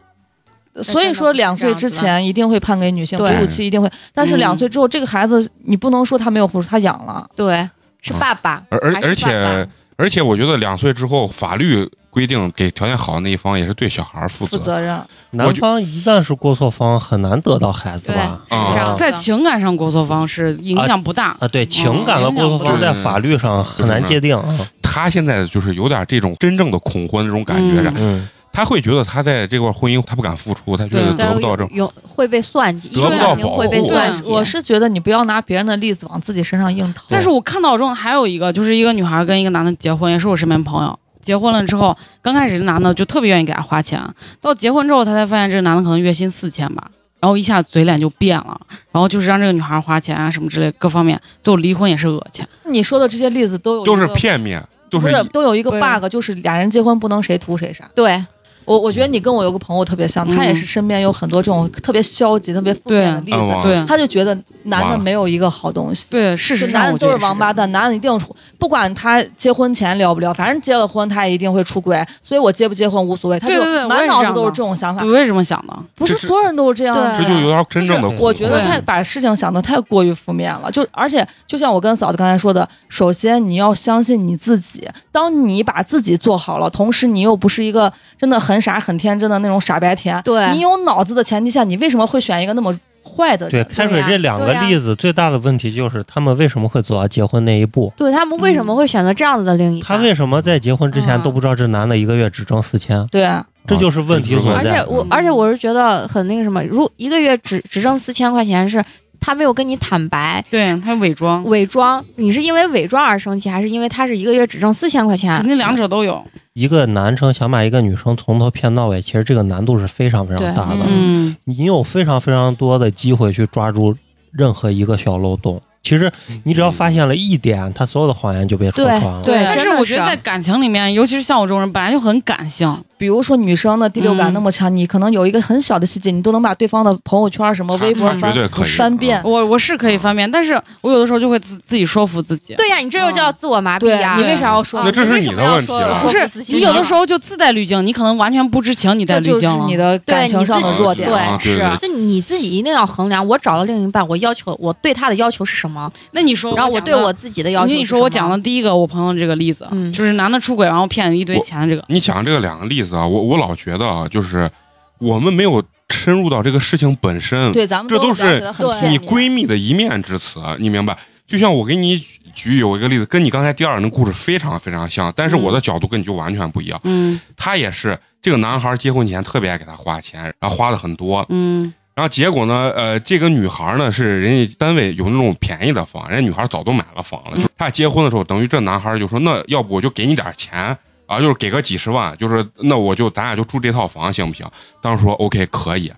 所以说两岁之前一定会判给女性，哺对乳期一定会。但是嗯两岁之后，这个孩子你不能说他没有付出，他养了。对，是爸爸，嗯而而还是而且爸爸而且我觉得两岁之后，法律规定给条件好的那一方也是对小孩儿负负责。责任，我男就方一旦是过错方，很难得到孩子吧？对是啊这样嗯在情感上，过错方是影响不大。啊，对，情感的过错方嗯在法律上很难界定啊。他现在就是有点这种真正的恐婚这种感觉着，嗯嗯，他会觉得他在这块婚姻他不敢付出，他觉得对得不到这对，有会被算计，一得个不家到庭保护会被对算计。我是觉得你不要拿别人的例子往自己身上硬套。但是我看到中还有一个，就是一个女孩跟一个男的结婚，也是我身边朋友。结婚了之后，刚开始这男的就特别愿意给她花钱，到结婚之后，他才发现这个男的可能月薪四千吧，然后一下嘴脸就变了，然后就是让这个女孩花钱啊什么之类，各方面，最后离婚也是讹钱。你说的这些例子都有都一是个，片面，都不是是都有一个对 bug，就是俩人结婚不能谁图谁啥。对，我我觉得你跟我有个朋友特别像，他也嗯是身边有很多这种特别消极、特别负面的例嗯子，哇对他就觉得男哇的没有一个好东西。对，事就实上男的我都觉是得王八蛋，男的一定出，不管他结婚前聊不聊，反正结了婚他也一定会出轨，所以我结不结婚无所谓，他对就对对我也满是脑这子样都是的这种想法我，为什么想的？不是这是所有人都是这样对的呀，这就有点真正的就恐是婚。我觉得对太把事情想的太过于负面了，就而且就像我跟嫂子刚才说的，首先你要相信你自己，当你把自己做好了，同时你又不是一个真的很傻很天真的那种傻白甜，对你有脑子的前提下，你为什么会选一个那么坏的对，人？开水这两个例子最大的问题就是他们为什么会走到结婚那一步？对他们为什么会选择这样子的另一他半？为什么在结婚之前嗯都不知道这男的一个月只挣四千？对啊，这就是问题所而在且。我嗯，而且我是觉得很那个什么，如一个月只只挣四千块钱是。他没有跟你坦白对他伪装，伪装，你是因为伪装而生气，还是因为他是一个月只挣四千块钱肯？定两者都有。一个男生想把一个女生从头骗到尾，其实这个难度是非常非对常大的。嗯，你有非常非常多的机会去抓住任何一个小漏洞。其实嗯你只要发现了一点，他所有的谎言就被戳穿了。对对，但但真是的我觉得在感情里面，尤其是像我这种人，本来就很感性，比如说女生的第六感嗯那么强，你可能有一个很小的细节，你都能把对方的朋友圈、什么他微博他啊绝翻对可以嗯翻遍。我我是可以翻遍，但是我有的时候就会自自己说服自己。对呀，你这又叫自我麻痹对呀。你为啥要说啊那这是为什你么的要问说题我了说不是自信啊你有的时候就自带滤镜，你可能完全不知情，你带这滤就镜是了。你的感对情你上自的己弱对点。啊对是对就你自己一定要衡量。我找了另一半，我要求我对他的要求是什么，那你说，然后我讲对的我自己的要求我是跟什么。你说，我讲的第一个我朋友这个例子，嗯就是男的出轨，然后骗一堆钱，这个你想这个两个例子啊，我我老觉得啊，就是我们没有深入到这个事情本身，对，咱们嗯这都是了解得很对片你面闺蜜的一面之词，你明白？就像我给你举举有一个例子，跟你刚才第二人的故事非常非常像，但是我的角度跟你就完全不一样。嗯他也是这个男孩结婚前特别爱给他花钱，然后花的很多，嗯然后结果呢，呃，这个女孩呢是人家单位有那种便宜的房，人家女孩早都买了房了。就他俩结婚的时候，等于这男孩就说，那要不我就给你点钱啊，就是给个几十万，就是那我就咱俩就住这套房行不行？当时说 OK 可以。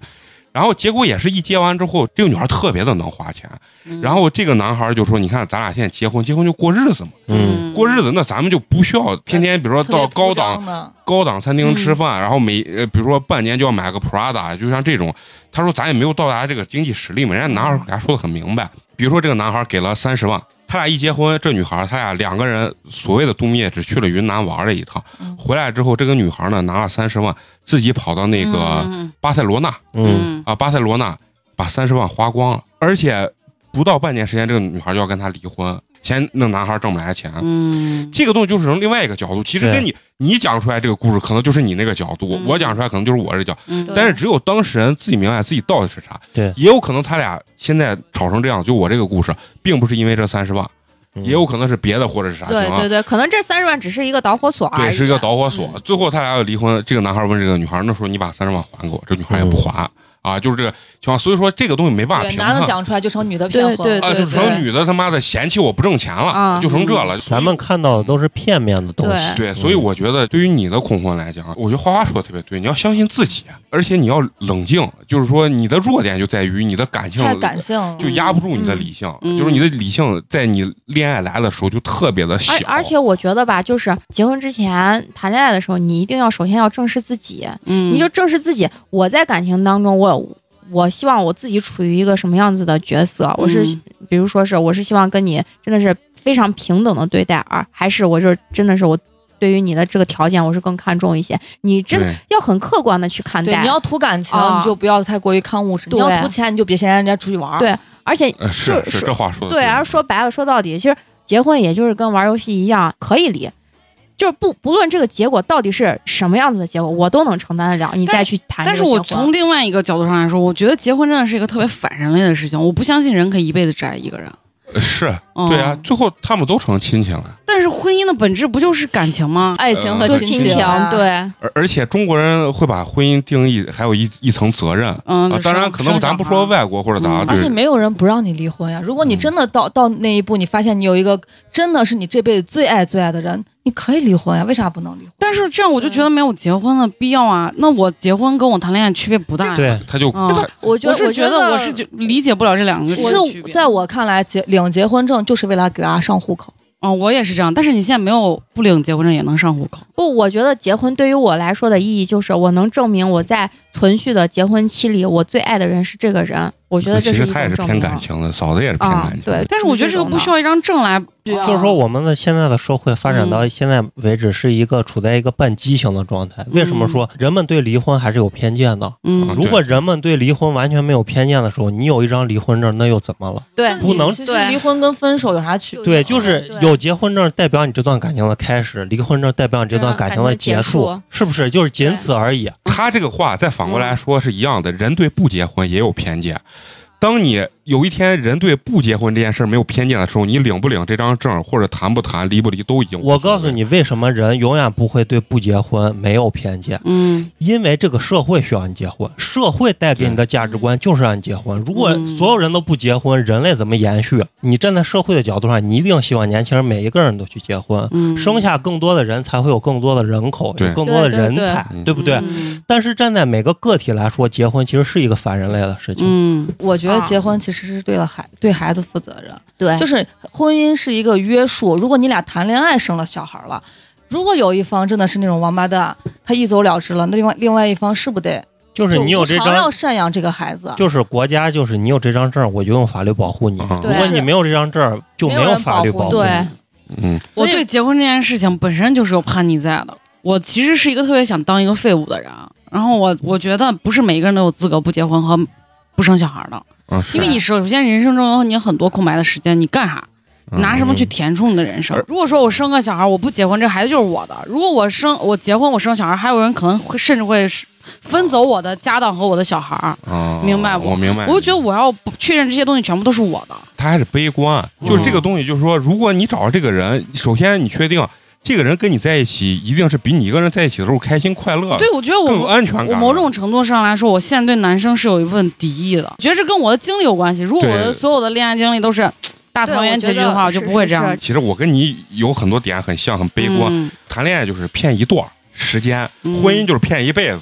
然后结果也是一结完之后，这个女孩特别的能花钱。嗯然后这个男孩就说：“你看，咱俩现在结婚，结婚就过日子嘛，嗯，过日子那咱们就不需要天天，比如说特别到高铺档张的，高档餐厅吃饭，然后每呃比如说半年就要买个 Prada，就像这种，他说咱也没有到达这个经济实力嘛，人家男孩给他说的很明白，比如说这个男孩给了三十万，他俩一结婚，这女孩他俩两个人所谓的度蜜月只去了云南玩了一趟，嗯回来之后这个女孩呢拿了三十万，自己跑到那个嗯巴塞罗那嗯，啊巴塞罗那把三十万花光了，而且不到半年时间，这个女孩就要跟他离婚，嫌那男孩挣不来钱，嗯这个东西就是从另外一个角度，其实对跟你你讲出来这个故事，可能就是你那个角度；嗯我讲出来，可能就是我这角。嗯对但是只有当事人自己明白自己到底是啥。对也有可能他俩现在吵成这样，就我这个故事，并不是因为这三十万，嗯也有可能是别的或者是啥情对况。对对，可能这三十万只是一个导火索而已。啊嗯对，是一个导火索。最后他俩要离婚，这个男孩问这个女孩：“那时候你把三十万还给我。”这女孩也不还、啊，就是这个情况。所以说这个东西没办法对，平男衡的讲出来就成女的对骗婚了。对啊，就成女的他妈的嫌弃我不挣钱了，啊就成这了。咱们看到的都是片面的东西。对，所以我觉得对于你的恐婚来讲，我觉得花花说的特别对，你要相信自己，而且你要冷静，就是说你的弱点就在于你的感性太感性了。就压不住你的理性，嗯就是你的理性在你恋爱来的时候就特别的小，而而且我觉得吧，就是结婚之前谈恋爱的时候，你一定要首先要正视自己，嗯，你就正视自己。我在感情当中，我有我希望我自己处于一个什么样子的角色？我是、嗯比如说是我是希望跟你真的是非常平等的对待啊，还是我就是真的是我对于你的这个条件我是更看重一些？你真的对要很客观的去看对，待你，要图感情，啊你就不要太过于看物质；你对要图钱，你就别嫌人家出去玩儿。对而且呃是就是这话说的对，然后说白了，说到底，其实结婚也就是跟玩游戏一样，可以离。就是不不论这个结果到底是什么样子的结果，我都能承担得了。你但再去谈这但个是结婚，我从另外一个角度上来说，我觉得结婚真的是一个特别反人类的事情。我不相信人可以一辈子只爱一个人。呃是嗯、对啊，最后他们都成亲戚了，但是婚姻的本质不就是感情吗？爱情和呃对亲嗯亲情情啊，对而而且中国人会把婚姻定义还有一一层责任。嗯，啊，当然，可能咱不说问，外国或者咋，嗯对而且没有人不让你离婚呀。如果你真的到到那一步，你发现你有一个真的是你这辈子最爱最爱的人，你可以离婚呀，为啥不能离婚？但是这样我就觉得没有结婚的必要啊。那我结婚跟我谈恋爱区别不大呀。对，他就嗯，我觉得我是觉觉得我是就理解不了这两个其区实，别在我看来，结领结婚证就是为了给娃上户口。嗯，我也是这样。但是你现在没有不领结婚证也能上户口，不，我觉得结婚对于我来说的意义就是，我能证明我在存续的结婚期里，我最爱的人是这个人。我觉得这其是实一他也种是证偏明。感情的，嫂子也是偏啊感情对的。但是我觉得这个不需要一张证来。就是说我们的现在的社会发展到现在为止是一个处在一个半畸形的状态。为什么说人们对离婚还是有偏见的？啊嗯对如果人们对离婚完全没有偏见的时候，你有一张离婚证，那又怎么了？对不能其实离婚跟分手有啥区别？对对，就是有结婚证代表你这段感情的开始，离婚证代表你这段感情的结这段感情的束，是不是？就是仅此而已。他这个话再反嗯过来说是一样的，人对不结婚也有偏见。当你有一天人对不结婚这件事儿没有偏见的时候，你领不领这张证，或者谈不谈、离不离，都已经无所谓我告诉，你，为什么人永远不会对不结婚没有偏见？嗯因为这个社会需要你结婚，社会带给你的价值观就是让你结婚。如果嗯所有人都不结婚，人类怎么延续？你站在社会的角度上，你一定希望年轻人每一个人都去结婚，嗯，生下更多的人才会有更多的人口，对有更多的对对人对才，嗯对不对？嗯但是站在每个个体来说，结婚其实是一个反人类的事情。嗯我觉得结婚其实是对了孩对孩子负责任，对，就是是婚姻是一个约束。如果你俩谈恋爱生了小孩了，如果有一方真的是那种王八蛋，他一走了之了，那另外另外一方是不得就是你有无这偿要张，赡养这个孩子。啊就是国家就是你有这张证儿，我就用法律保护你。啊如果你没有这张证儿，就没没有有人法律保保护护你。你对，嗯，我所以对结婚这件事情本身就是有叛逆在的。我其实是一个特别想当一个废物的人，啊然后我我觉得不是每一个人都有资格不结婚和不生小孩的，啊是因为你首先人生中有你很多空白的时间，你干啥？嗯拿什么去填充你的人生而？如果说我生个小孩，我不结婚，这孩子就是我的；如果我生我结婚，我生小孩，还有人可能会甚至会是分走我的家当和我的小孩儿。啊明白不我明白，我就觉得我要不确认这些东西全部都是我的，他还是悲观，嗯就是这个东西，就是说，如果你找到这个人，首先你确定这个人跟你在一起，一定是比你一个人在一起的时候开心快乐，对，我觉得我嗯更有安全感我了。某种程度上来说，我现在对男生是有一份敌意的，我觉得这跟我的经历有关系。如果我的对所有的恋爱经历都是大对团圆结局的话，我我觉就得不会是这样是是其实我跟你有很多点很像，很悲观。嗯谈恋爱就是骗一段儿时间，嗯婚姻就是骗一辈子，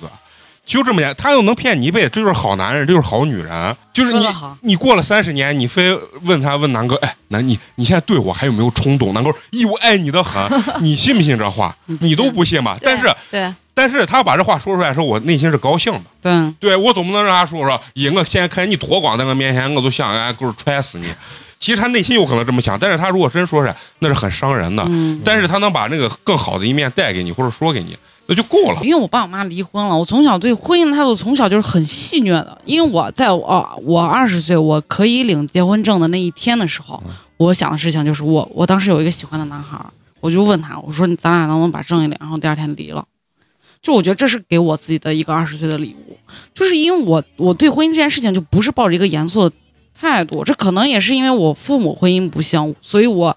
就这么简单。他又能骗你一辈子，这就是好男人，这就是好女人。就是说你得好，你过了三十年，你非问他问南哥，哎，南你你现在对我还有没有冲动？南哥说，咦，我爱你的 很，你信不信这话？嗯你都不信吧？对但是对但是他把这话说出来的时候，我内心是高兴的。对，对我总不能让他说说，咦，我现在看你脱光在我面前，我都想哎，就是踹死你。其实他内心有可能这么想，但是他如果真说出来，那是很伤人的。嗯。但是他能把那个更好的一面带给你，或者说给你，那就够了。因为我爸我妈离婚了，我从小对婚姻的态度从小就是很戏谑的。因为我在我呃我二十岁我可以领结婚证的那一天的时候，我想的事情就是我我当时有一个喜欢的男孩儿，我就问他，我说咱俩能不能把证一领，然后第二天离了。就我觉得这是给我自己的一个二十岁的礼物，就是因为我我对婚姻这件事情就不是抱着一个严肃的态度，这可能也是因为我父母婚姻不幸，所以我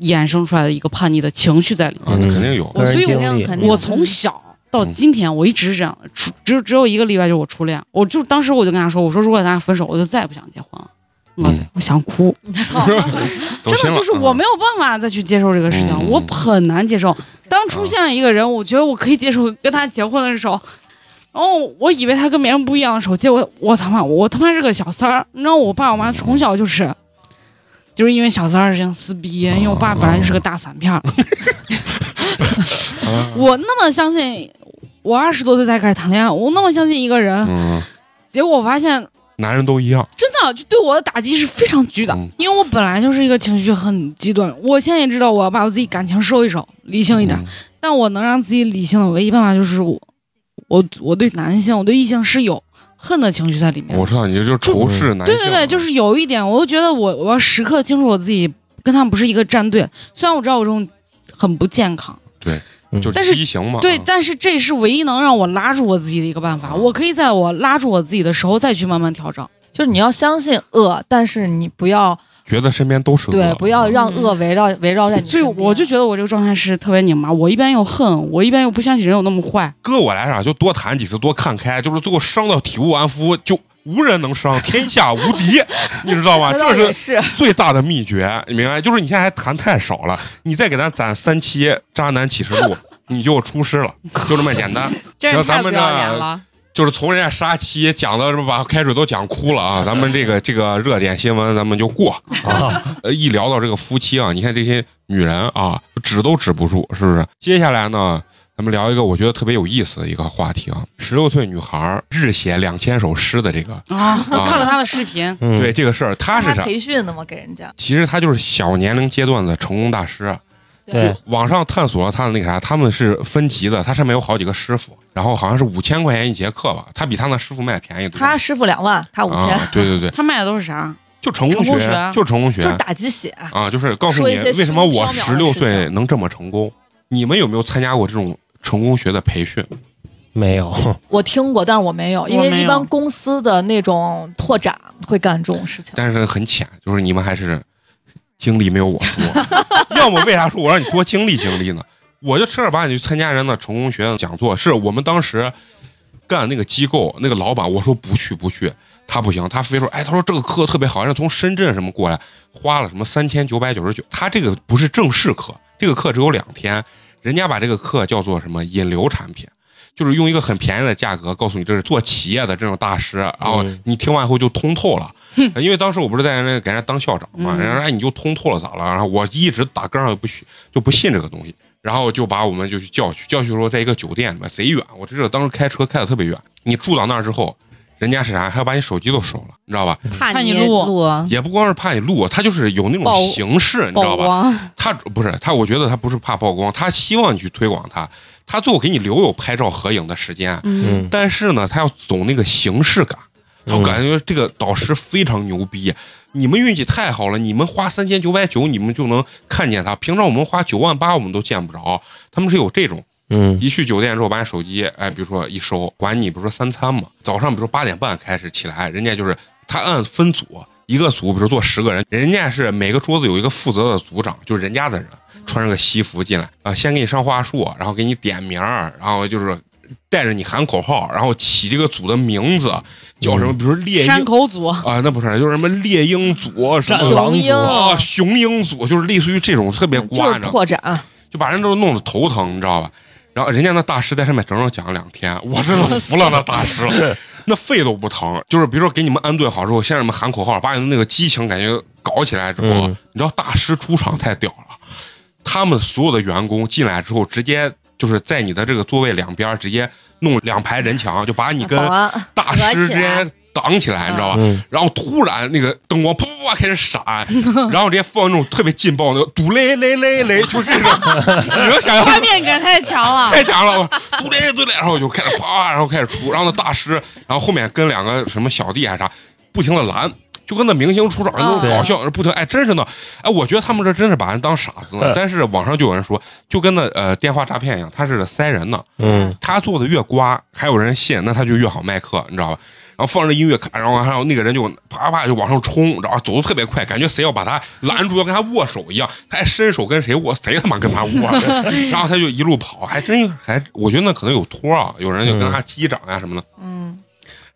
衍生出来的一个叛逆的情绪在里面。啊，那肯定有。我所以我个人经历肯定我从小到嗯今天，我一直是这样的，除只有只有一个例外，就是我初恋。我就当时我就跟他说，我说如果咱俩分手，我就再也不想结婚了。我嗯在我想哭， 走真心的了就是我没有办法再去接受这个事情，嗯我很难接受。当出现了一个人，我觉得我可以接受跟他结婚的时候，然后我以为他跟别人不一样的时候，结果我他妈我他妈是个小三儿。你知道我爸我妈从小就是，就是因为小三儿事情撕逼，因为我爸本来就是个大散片儿，嗯我那么相信，我二十多岁才开始谈恋爱，我那么相信一个人，嗯，结果我发现男人都一样。真的就对我的打击是非常巨大，嗯因为我本来就是一个情绪很极端，我现在也知道我要把我自己感情收一收，理性一点，嗯但我能让自己理性的唯一办法就是我，我我对男性，我对异性是有恨的情绪在里面的嗯我知道你就是仇视男性对对对，就是有一点，我就觉得我我要时刻清楚我自己跟他们不是一个战队，虽然我知道我这种很不健康。就但是畸形嘛。对，啊但是这是唯一能让我拉住我自己的一个办法。啊我可以在我拉住我自己的时候再去慢慢调整。就是你要相信恶，但是你不要觉得身边都是恶嗯对，不要让恶围绕围绕嗯在你嗯所身以边。我就觉得我这个状态是特别拧巴。我一边又恨，我一边又不相信人有那么坏。搁我来讲，啊就多谈几次，多看开，就是最后伤到体无完肤，就无人能伤，天下无 敌，你知道吗？那倒这也是是最大的秘诀，你明白？就是你现在还谈太少了，你再给咱攒三期《渣男启示录》，你就出师了，就这么简单。真行是咱太不们要这脸了。就是从人家杀妻讲到什么把开水都讲哭了啊，咱们这个这个热点新闻咱们就过啊。呃，一聊到这个夫妻啊，你看这些女人啊，止都止不住，是不是？接下来呢，咱们聊一个我觉得特别有意思的一个话题啊，十六岁女孩儿日写两千首诗的这个，啊！我看了他的视频，嗯对，这个事儿，她是他啥？培训的嘛，给人家其实她就是小年龄阶段的成功大师。啊对，网上探索了他的那个啥，他们是分级的，他上面有好几个师傅，然后好像是五千块钱一节课吧，他比他那师傅卖便宜多了。他师傅两万，他五千，啊，对对对，他卖的都是啥？就成功成功学，学就成功学就是打鸡血。啊，就是告诉说你一些为什么我虚无缥缈的十六事情岁能这么成功。你们有没有参加过这种成功学的培训？没有，我听过，但是我没有，因我为没一有般公司的那种拓展会干这种事情。但是很浅，就是你们还是经历没有我多。 要么为啥说我让你多经历经历呢？我就正儿八经去参加人的成功学的讲座，是我们当时干那个机构那个老板，我说不去不去，他不行，他非说，哎，他说这个课特别好，人家从深圳什么过来，花了什么三千九百九十九，他这个不是正式课，这个课只有两天，人家把这个课叫做什么引流产品。就是用一个很便宜的价格告诉你这是做企业的这种大师，然后嗯你听完以后就通透了。因为当时我不是在那给人家当校长嘛，嗯人家说哎你就通透了咋了？然后我一直打根上就不许就不信这个东西。然后就把我们就去叫去，叫去说在一个酒店里面贼远，我这当时开车开的特别远，你住到那儿之后，人家是啥，还要把你手机都收了，你知道吧？怕怕你录录也不光是怕你录，他就是有那曝种形式，你知曝道吧？啊光，他不是他，我觉得他不是怕曝光，他希望你去推广他，他最后给你留有拍照合影的时间，啊嗯，嗯，但是呢，他要走那个形式感，他嗯感觉这个导师非常牛逼，你们运气太好了，你们花三千九百九，你们就能看见他，平常我们花九万八我们都见不着，他们是有这种。嗯一去酒店之后，把你手机，哎，比如说一收，管你比如说三餐嘛，早上比如说八点半开始起来，人家就是他按分组，一个组比如坐十个人，人家是每个桌子有一个负责的组长，就是人家的人，穿着个西服进来，啊、先给你上话术，然后给你点名儿，然后就是带着你喊口号，然后起这个组的名字叫什么，比如说猎山鹰。口组，啊，那不是，就是什么猎鹰组、什战么狼雄鹰啊、雄鹰组，就是类似于这种特别就瓜是着。拓展，就把人都弄得头疼，你知道吧？然后人家那大师在上面整整讲了两天，我真的服了那大师 了，那肺都不疼。就是比如说给你们安顿好之后，先让你们喊口号，把你们那个激情感觉搞起来之后，嗯你知道大师出场太屌了，他们所有的员工进来之后，直接就是在你的这个座位两边儿直接弄两排人墙，就把你跟保安大师之间挡起来，你知道吧？嗯，然后突然那个灯光啪啪啪开始闪， 然后人家放那种特别劲爆的嘟嘞嘞嘞嘞，就是这种， 你能想象 画面感太强 了。太强了，我嘟嘞嘟嘞，然后我就开始啪，然后开始出，然后那大师，然后后面跟两个什么小弟还是啊啥，不停的拦。就跟那明星出场那种对搞笑，不停哎，真是呢，哎，我觉得他们这真是把人当傻子呢嗯。但是网上就有人说，就跟那呃电话诈骗一样，他是塞人呢。嗯，他做的越瓜，还有人信，那他就越好卖课，你知道吧？然后放着音乐，然后还有那个人就啪啪就往上冲，然后走的特别快，感觉谁要把他拦住，要跟他握手一样，他还伸手跟谁握，谁他妈跟他握，然后他就一路跑，还真还我觉得那可能有托啊，有人就跟他击掌啊什么的，嗯，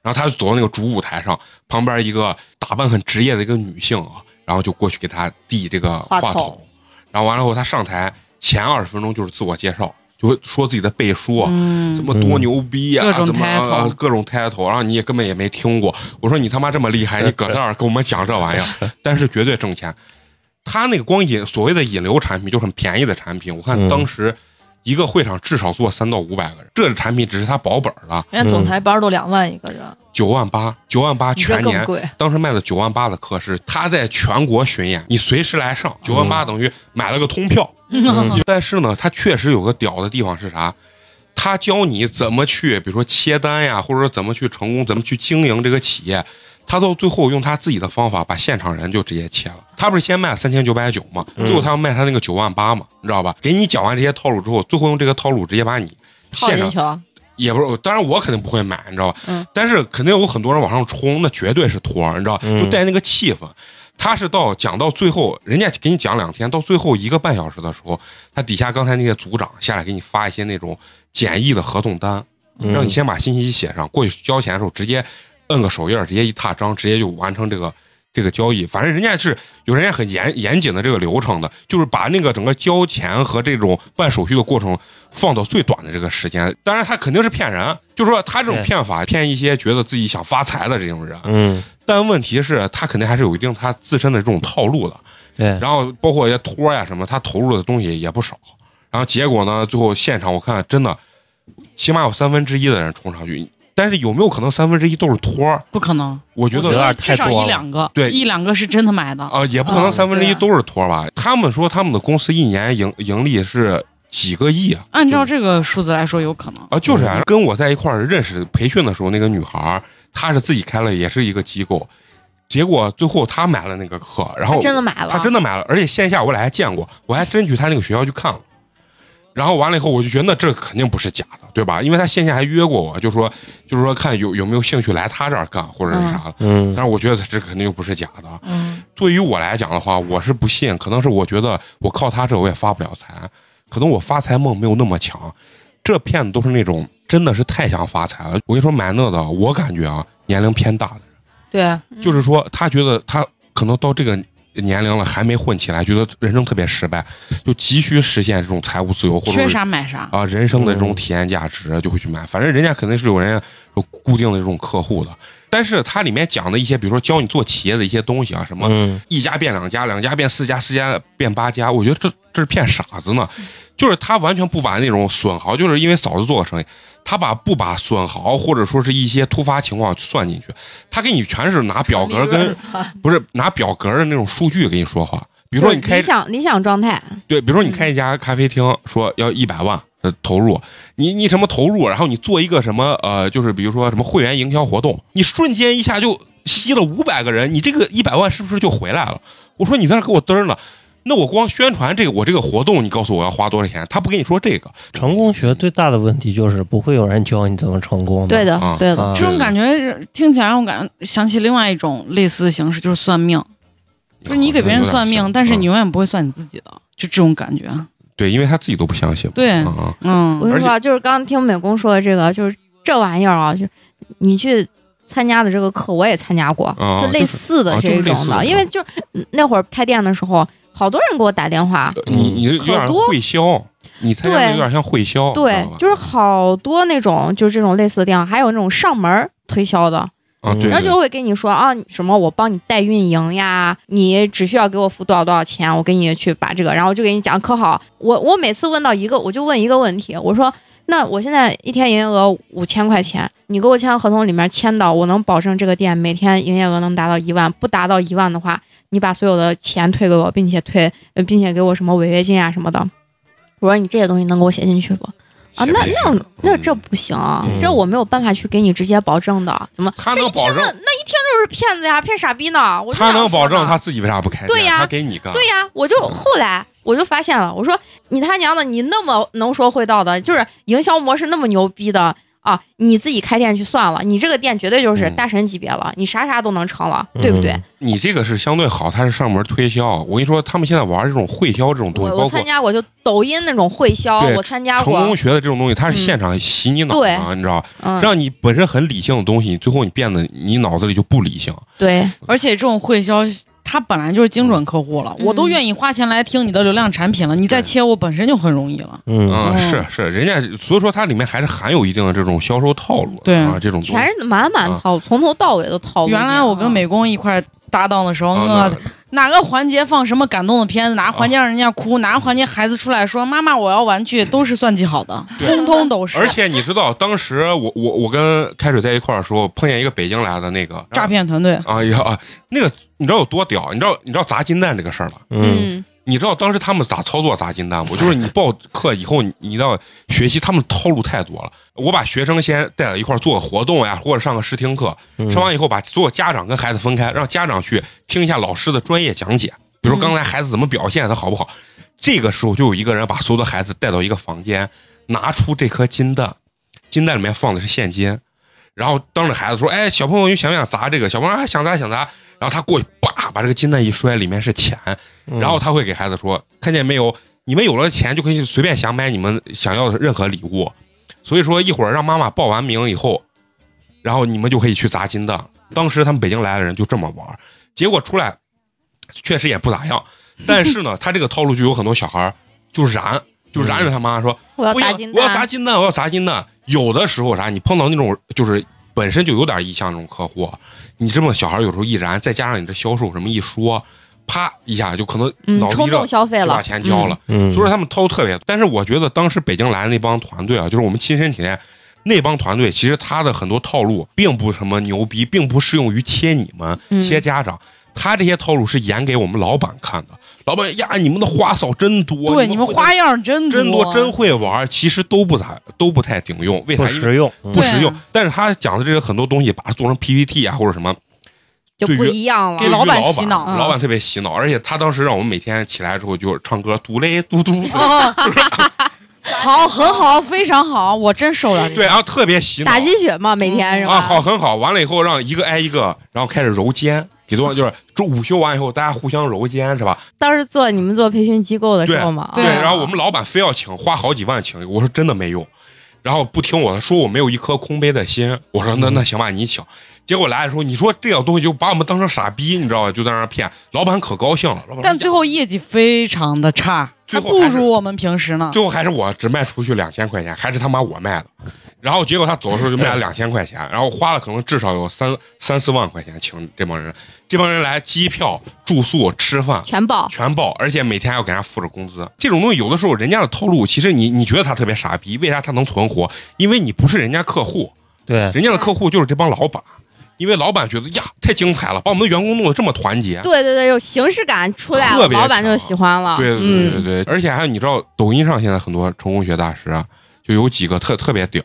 然后他就走到那个主舞台上，旁边一个打扮很职业的一个女性啊，然后就过去给他递这个话话筒筒，然后完了后他上台前二十分钟就是自我介绍，就会说自己的背书啊，嗯怎，么多牛逼呀、各种怎么哦 title 各种 title，然后你也根本也没听过。我说你他妈这么厉害，你搁这儿跟我们讲这玩意儿，但是绝对挣钱。他那个光引所谓的引流产品就很便宜的产品，我看嗯当时一个会场至少坐三到五百个人，这产品只是他保本儿了，人家总裁班都两万一个人，九万八，九万八你这嗯全更年。贵， 当时卖的九万八的课是他在全国巡演，你随时来上，九万八等于买了个通票。嗯 但是呢，他确实有个屌的地方是啥？他教你怎么去，比如说切单呀，或者说怎么去成功，怎么去经营这个企业。他到最后用他自己的方法把现场人就直接切了。他不是先卖三千九百九嘛，嗯最后他要卖他那个九万八嘛，你知道吧？给你讲完这些套路之后，最后用这个套路直接把你套现进场去了，也不是，当然我肯定不会买，你知道吧？嗯但是肯定有很多人往上冲，那绝对是托儿，你知道吧，嗯就带那个气氛。他是到讲到最后，人家给你讲两天，到最后一个半小时的时候，他底下刚才那些组长下来给你发一些那种简易的合同单，嗯啊让你先把信息写上，过去交钱的时候直接摁个手印儿，直接一踏章，直接就完成这个这个交易。反正人家是有人家很严严谨的这个流程的，就是把那个整个交钱和这种办手续的过程放到最短的这个时间。当然，他肯定是骗人，啊就是说他这种对骗法骗一些觉得自己想发财的这种人。啊嗯，但问题是，他肯定还是有一定他自身的这种套路的。对，然后包括一些托呀什么，他投入的东西也不少。然后结果呢，最后现场我看真的，起码有三分之一的人冲上去，但是有没有可能三分之一都是托？不可能，我觉我觉得得啊有点至太少多一了两个，对一两个是真的买的。啊、也不可能啊三分之一对都是托吧。他们说他们的公司一年盈盈利是几个亿啊。按照这个数字来说，有可能。啊，就是嗯啊，跟我在一块儿认识培训的时候，那个女孩儿，她是自己开了，也是一个机构，结果最后她买了那个课，然后他真的买了，他真的买了，而且线下我俩还见过，我还真去他那个学校去看了。然后完了以后，我就觉得那这肯定不是假的，对吧？因为他线下还约过我，就说就是说看有有没有兴趣来他这儿干或者是啥的。嗯但是我觉得这肯定又不是假的。嗯，对于我来讲的话，我是不信，可能是我觉得我靠他这我也发不了财，可能我发财梦没有那么强。这骗子都是那种真的是太想发财了。我跟你说，买那的，我感觉啊，年龄偏大的。对，就是说他觉得他可能到这个年龄了还没混起来，觉得人生特别失败，就急需实现这种财务自由或者缺是啥买啥。啊人生的这种体验价值，就会去买。反正人家肯定是有人家有固定的这种客户的，但是它里面讲的一些，比如说教你做企业的一些东西啊，什么嗯一家变两家，两家变四家，四家变八家，我觉得这这是骗傻子呢。就是他完全不把那种损耗，就是因为嫂子做的生意，他把不把损耗或者说是一些突发情况算进去，他给你全是拿表格跟不是拿表格的那种数据给你说话。比如说你就是开嗯理想理想状态，对，比如说你开一家咖啡厅，说要一百万呃投入，你你什么投入，然后你做一个什么呃，就是比如说什么会员营销活动，你瞬间一下就吸了五百个人，你这个一百万是不是就回来了？我说你在那给我嘚儿呢，那我光宣传这个我这个活动，你告诉我要花多少钱？他不跟你说这个成功学最大的问题就是不会有人教你怎么成功的。对的啊对的，啊这种感觉听起来让我感觉想起另外一种类似的形式，就是算命，就是你给别人算命，但是你嗯永远不会算你自己的，就这种感觉。对，因为他自己都不相信嘛。对啊啊，嗯我跟而你说啊，就是刚刚听美工说的这个，就是这玩意儿啊，就你去参加的这个课，我也参加过，啊类似的就是啊就这是类种似的，的因为就嗯那会儿开店的时候，好多人给我打电话，呃嗯你你有点可多会销，你参加的对有点像会销，哦知对道吧，就是好多那种就是这种类似的电话，还有那种上门儿推销的，啊，对，然后对就会跟你说啊，什么我帮你代运营呀，你只需要给我付多少多少钱，我给你去把这个，然后我就给你讲可好。我我每次问到一个，我就问一个问题，我说那我现在一天营业额五千块钱，你给我签合同里面签到，我能保证这个店每天营业额能达到一万，不达到一万的话，你把所有的钱退给我，并且退，呃并且给我什么违约金啊什么的。我说你这些东西能给我写进去不？啊，写那不那进去那嗯这不行啊，嗯这我没有办法去给你直接保证的。怎么？他这能一听保那证。那一听就是骗子呀，骗傻逼呢。我就他想能说保证呢他自己为啥不开店？对呀他嗯给你干。对呀，我就后来我就发现了，我说你他娘的，你那么能说会道的，就是营销模式那么牛逼的啊，你自己开店去算了，你这个店绝对就是嗯大神级别了，你啥啥都能成了，对不对？嗯你这个是相对好，他是上门推销。我跟你说，他们现在玩这种会销这种东西，我包我括参加过就抖音那种会销，对我参加成功过，学的这种东西，它是现场洗你脑啊，你知道吧，嗯，让你本身很理性的东西，最后你变得你脑子里就不理性。对，而且这种会销，他本来就是精准客户了，嗯我都愿意花钱来听你的流量产品了，你再切我本身就很容易了。嗯，嗯，哦是是，人家所以说它里面还是含有一定的这种销售套路的对啊，这种东西全。是满满套，嗯从头到尾都套路你啊。原来我跟美工一块搭档的时候，啊我哪个环节放什么感动的片子，哪个环节哦让人家哭，哪个环节孩子出来说妈妈我要玩具，都是算计好的，对通通都是。而且你知道，当时我我我跟开水在一块儿的时候，碰见一个北京来的那个诈骗团队，啊呀啊，那个你知道有多屌？你知道你知道砸金蛋这个事儿吧？嗯，嗯，你知道当时他们咋操作砸金蛋不？就是你报课以后，你你要学习，他们套路太多了。我把学生先带到一块儿做个活动呀，或者上个试听课，嗯上完以后把所有家长跟孩子分开，让家长去听一下老师的专业讲解，比如说刚才孩子怎么表现，他好不好。这个时候就有一个人把所有的孩子带到一个房间，拿出这颗金蛋，金蛋里面放的是现金，然后当着孩子说：“哎，小朋友，你想不想砸这个？”小朋友说哎想砸想砸。然后他过去叭把这个金蛋一摔，里面是钱，嗯然后他会给孩子说：“看见没有，你们有了钱就可以随便想买你们想要的任何礼物。所以说一会儿让妈妈报完名以后，然后你们就可以去砸金蛋。”当时他们北京来的人就这么玩儿，结果出来确实也不咋样。但是呢，他这个套路就有很多小孩儿就燃，就燃着他妈说：“我要不砸行金我要砸蛋，金蛋，我要砸金蛋。有的时候啥，你碰到那种就是本身就有点意向那种客户，你这么小孩有时候一燃，再加上你这销售什么一说，啪一下就可能嗯，脑子冲一热动消费就了把，钱交了。嗯，所以说他们掏特别多，但是我觉得当时北京来的那帮团队啊，就是我们亲身体验。那帮团队其实他的很多套路并不什么牛逼，并不适用于切你们、嗯切家长，他这些套路是演给我们老板看的。老板呀，你们的花哨真多，对你们会花样真真多真会玩，其实都不咋都不太顶用，为不啥？因为实用，不嗯实用对。但是他讲的这个很多东西，把它做成 PPT 啊或者什么，就对不于一样了对给。于老老板板嗯洗脑嗯老板特别洗脑。而且他当时让我们每天起来之后就唱歌，嘟嘞嘟嘟， 啊，好，很好，非常好，我真受了。对，然后特别洗脑打鸡血嘛，每天是吧？啊，好很好。完了以后让一个挨一个，然后开始揉肩。给多少就是中午休完以后，大家互相揉肩是吧？当时做你们做培训机构的时候嘛，对，对啊然后我们老板非要请，花好几万请一个，我说真的没用，然后不听我的，说我没有一颗空杯的心。我说那那行吧，你请。结果来的时候，你说这种东西就把我们当成傻逼，你知道吧？就在那儿骗，老板可高兴了。老板说但最后业绩非常的差，最还后不还是如我们平时呢。最后还是我只卖出去两千块钱，还是他妈我卖的。然后结果他走的时候就卖了两千块钱，然后花了可能至少有三三四万块钱请这帮人，这帮人来机票、住宿、吃饭全报。全报，而且每天还要给人家付着工资。这种东西有的时候人家的套路，其实你你觉得他特别傻逼，为啥他能存活？因为你不是人家客户，对，人家的客户就是这帮老板，因为老板觉得呀太精彩了，把我们的员工弄得这么团结。对对对，有形式感出来了特，别老板就强喜欢了。对对对嗯，对，而且还有你知道，抖音上现在很多成功学大师啊，就有几个特特别屌。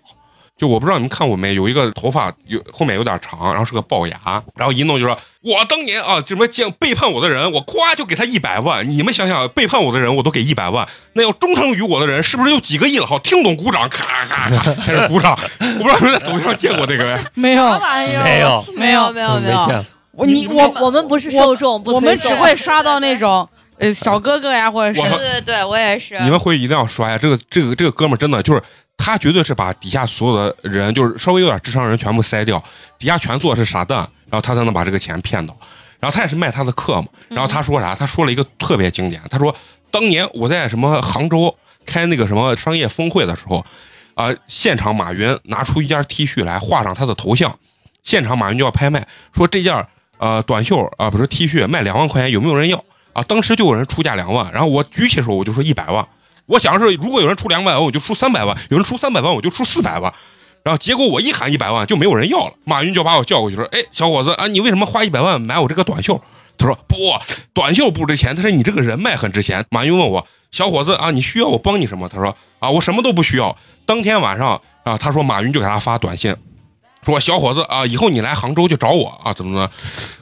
就我不知道你们看过没，有一个头发有后面有点长，然后是个龅牙，然后一弄就说：“我当年啊，什么见背叛我的人，我咵就给他一百万。”你们想想，背叛我的人我都给一百万，那要忠诚于我的人是不是有几个亿了？好，听懂鼓掌，咔咔咔开始鼓掌。我不知道你们在抖音上见过这个没？没啥有，玩意儿？没有，没有没有嗯没没有，见我你我我我们不是受众，不我们推啊只啊荐会刷到那种呃小哥哥呀，或者我是对对对，我也是。啊你们回去一定要刷呀！这个这个这个哥们儿真的就是他，绝对是把底下所有的人，就是稍微有点智商的人全部筛掉，底下全做的是傻蛋，然后他才能把这个钱骗到。然后他也是卖他的课嘛。然后他说啥？他说了一个特别经典，他说当年我在什么杭州开那个什么商业峰会的时候，啊、现场马云拿出一件 T 恤来，画上他的头像，现场马云就要拍卖，说这件呃短袖啊、不是 T 恤卖两万块钱，有没有人要？啊，当时就有人出价两万，然后我举起的时候我就说一百万，我想是如果有人出两百万，我就出三百万；有人出三百万，我就出四百万。然后结果我一喊一百万，就没有人要了。马云就把我叫过去说：“哎，小伙子啊，你为什么花一百万买我这个短袖？”他说：“不，短袖不值钱，但是你这个人脉很值钱。”马云问我：“小伙子啊，你需要我帮你什么？”他说：“啊，我什么都不需要。”当天晚上啊，他说马云就给他发短信，说：“小伙子啊，以后你来杭州就找我啊，怎么怎么。”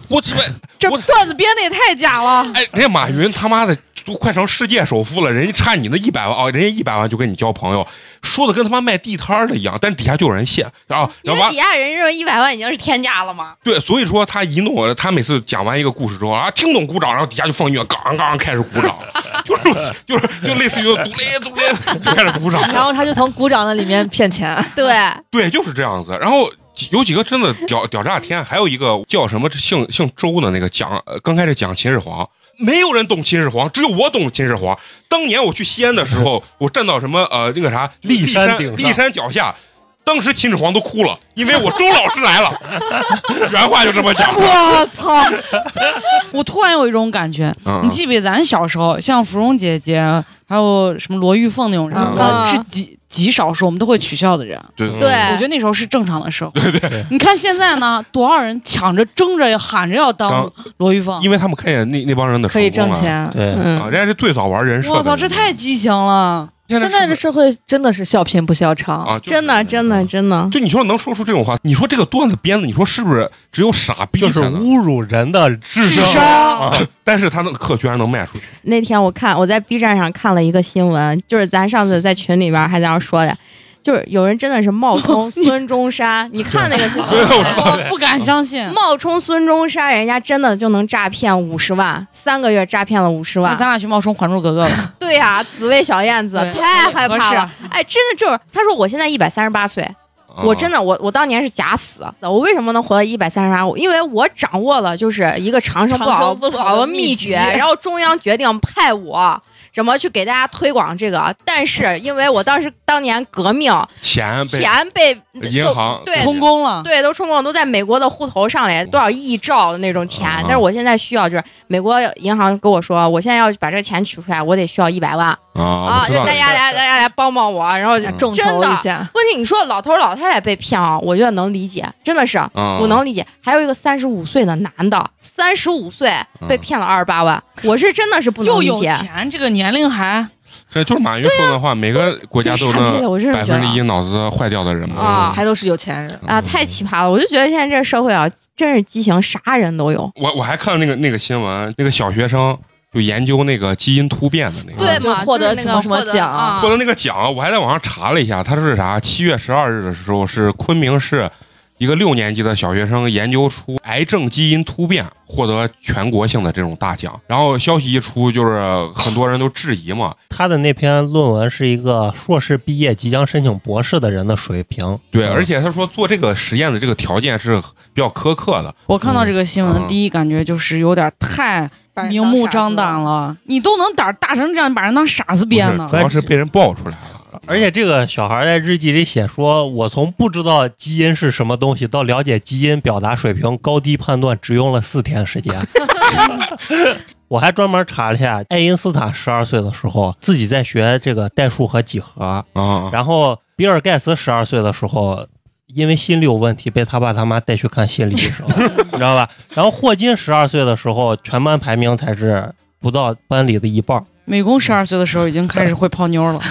我鸡巴这我段子编的也太假了。 哎，人家马云他妈的都快成世界首富了，人家差你那一百万啊、哦，人家一百万就跟你交朋友，说的跟他妈卖地摊儿的一样，但底下就有人信啊，因然后为完底下人认为一百万已经是天价 了嘛。对，所以说他一弄，他每次讲完一个故事之后啊，听懂鼓掌，然后底下就放音乐，杠杠开始鼓掌， 就是就是就类似于嘟嘞嘟嘞 就开始鼓掌，然后他就从鼓掌的里面骗钱，对，对，就是这样子。然后几有几个真的屌屌炸天，还有一个叫什么姓姓周的那个讲，呃刚开始讲秦始皇，没有人懂秦始皇，只有我懂秦始皇。当年我去西安的时候，我站到什么呃那个啥骊山山顶上骊山脚下。当时秦始皇都哭了，因为我周老师来了， 原话就这么 讲。我 操！我突然有一种感觉，嗯你记不记得咱小时候，像芙蓉姐姐，还有什么罗玉凤那种人，嗯我是极极少数我们都会取笑的人。对嗯对，我觉得那时候是正常的社会。你看现在呢，多少人抢着、争着、喊着要当当罗玉凤因。为他们看见那那帮人的可以成挣功啊钱。 对，啊，嗯，人家是最早玩人设的人。我操，这太畸形了！现现在在的是社会真的是笑贫不笑娼，啊，就是真的真的真的。就你说能说出这种话，你说这个段子编的，你说是不是只有傻逼就是才能侮辱人的智商智商啊！但是他那个课居然能卖出 去，那天我看我在 B 站上看了一个新闻，就是咱上次在群里边还在那说的，就是有人真的是冒 充孙中山，你看那个新闻我吗。我不敢相 信。嗯冒充孙中山，人家真的就能诈骗五十万，三个月诈骗了五十那万。啊咱俩去冒充《还珠格格》吧，对呀、紫薇小燕子对 太害怕合了。哎，真的就是，他说我现在一百三十八岁，我真的的我我当年是假死的。我为什么能活到一百三十八？我因为我掌握了就是一个长生不长老生不老老的的秘秘诀诀，然后中央决定派我。怎么去给大家推广这个？但是因为我当时当年革命钱被钱被银都行对充公啊了。对，都充公，都在美国的户头上嘞，多少亿兆的那种钱。啊但是我现在需要，就是美国银行跟我说，我现在要把这个钱取出来，我得需要一百万啊，我就知道大了家来，大家来帮帮我。啊然后就嗯众筹一下。问题，你说老头老太太被骗啊，我觉得能理解，真的是、啊我能理解。还有一个三十五岁的男的，三十五岁啊被骗了二十八万，我是真的是不能又理有解。钱，这个年龄还这就是马云说的话，每个国家都有这傻逼的我那真百是觉分之得一脑子坏掉的人嘛。啊还都是有钱人，啊，太奇葩了！我就觉得现在这个社会啊，真是畸形，啥人都有。我我还看那个那个新闻，那个小学生就研究那个基因突变的那个。对就嘛？获得啊就是什那么个什么获得奖啊获得那个奖，我还在网上查了一下，他是啥？七月十二日的时候，是昆明市一个六年级的小学生研究出癌症基因突变，获得全国性的这种大奖。然后消息一出，就是很多人都质疑嘛，他的那篇论文是一个硕士毕业即将申请博士的人的水平，对，嗯而且他说做这个实验的这个条件是比较苛刻的，我看到这个新闻嗯的第一感觉就是有点太明目张胆了，你都能胆儿大成这样，把人当傻子编呢不是主？要是被人爆出来了。而且这个小孩在日记里写说：“我从不知道基因是什么东西，到了解基因表达水平高低判断，只用了四天时间。”我还专门查了一下，爱因斯坦十二岁的时候自己在学这个代数和几何，啊，然后比尔盖茨十二岁的时候，因为心理有问题被他爸他妈带去看心理医生，你知道吧？然后霍金十二岁的时候，全班排名才是不到班里的一半儿。美工十二岁的时候已经开始会泡妞了，啊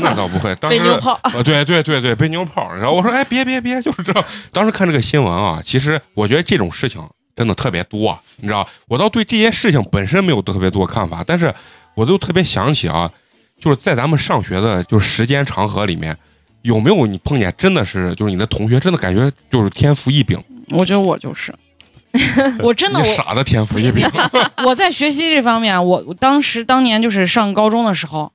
那那倒不会，当被时妞泡，啊，对对对对，被妞泡儿。然后我说，哎，别别别，就是这样。 当时看这个新闻啊，其实我觉得这种事情真的特别多，啊你知道，我倒对这些事情本身没有特别多看法，但是我就特别想起啊，就是在咱们上学的，就是时间长河里面，有没有你碰见真的是，就是你的同学真的感觉就是天赋异禀，我觉得我就是，我真的你我傻的天赋异禀我在学习这方面，啊我我当时当年就是上高中的时候，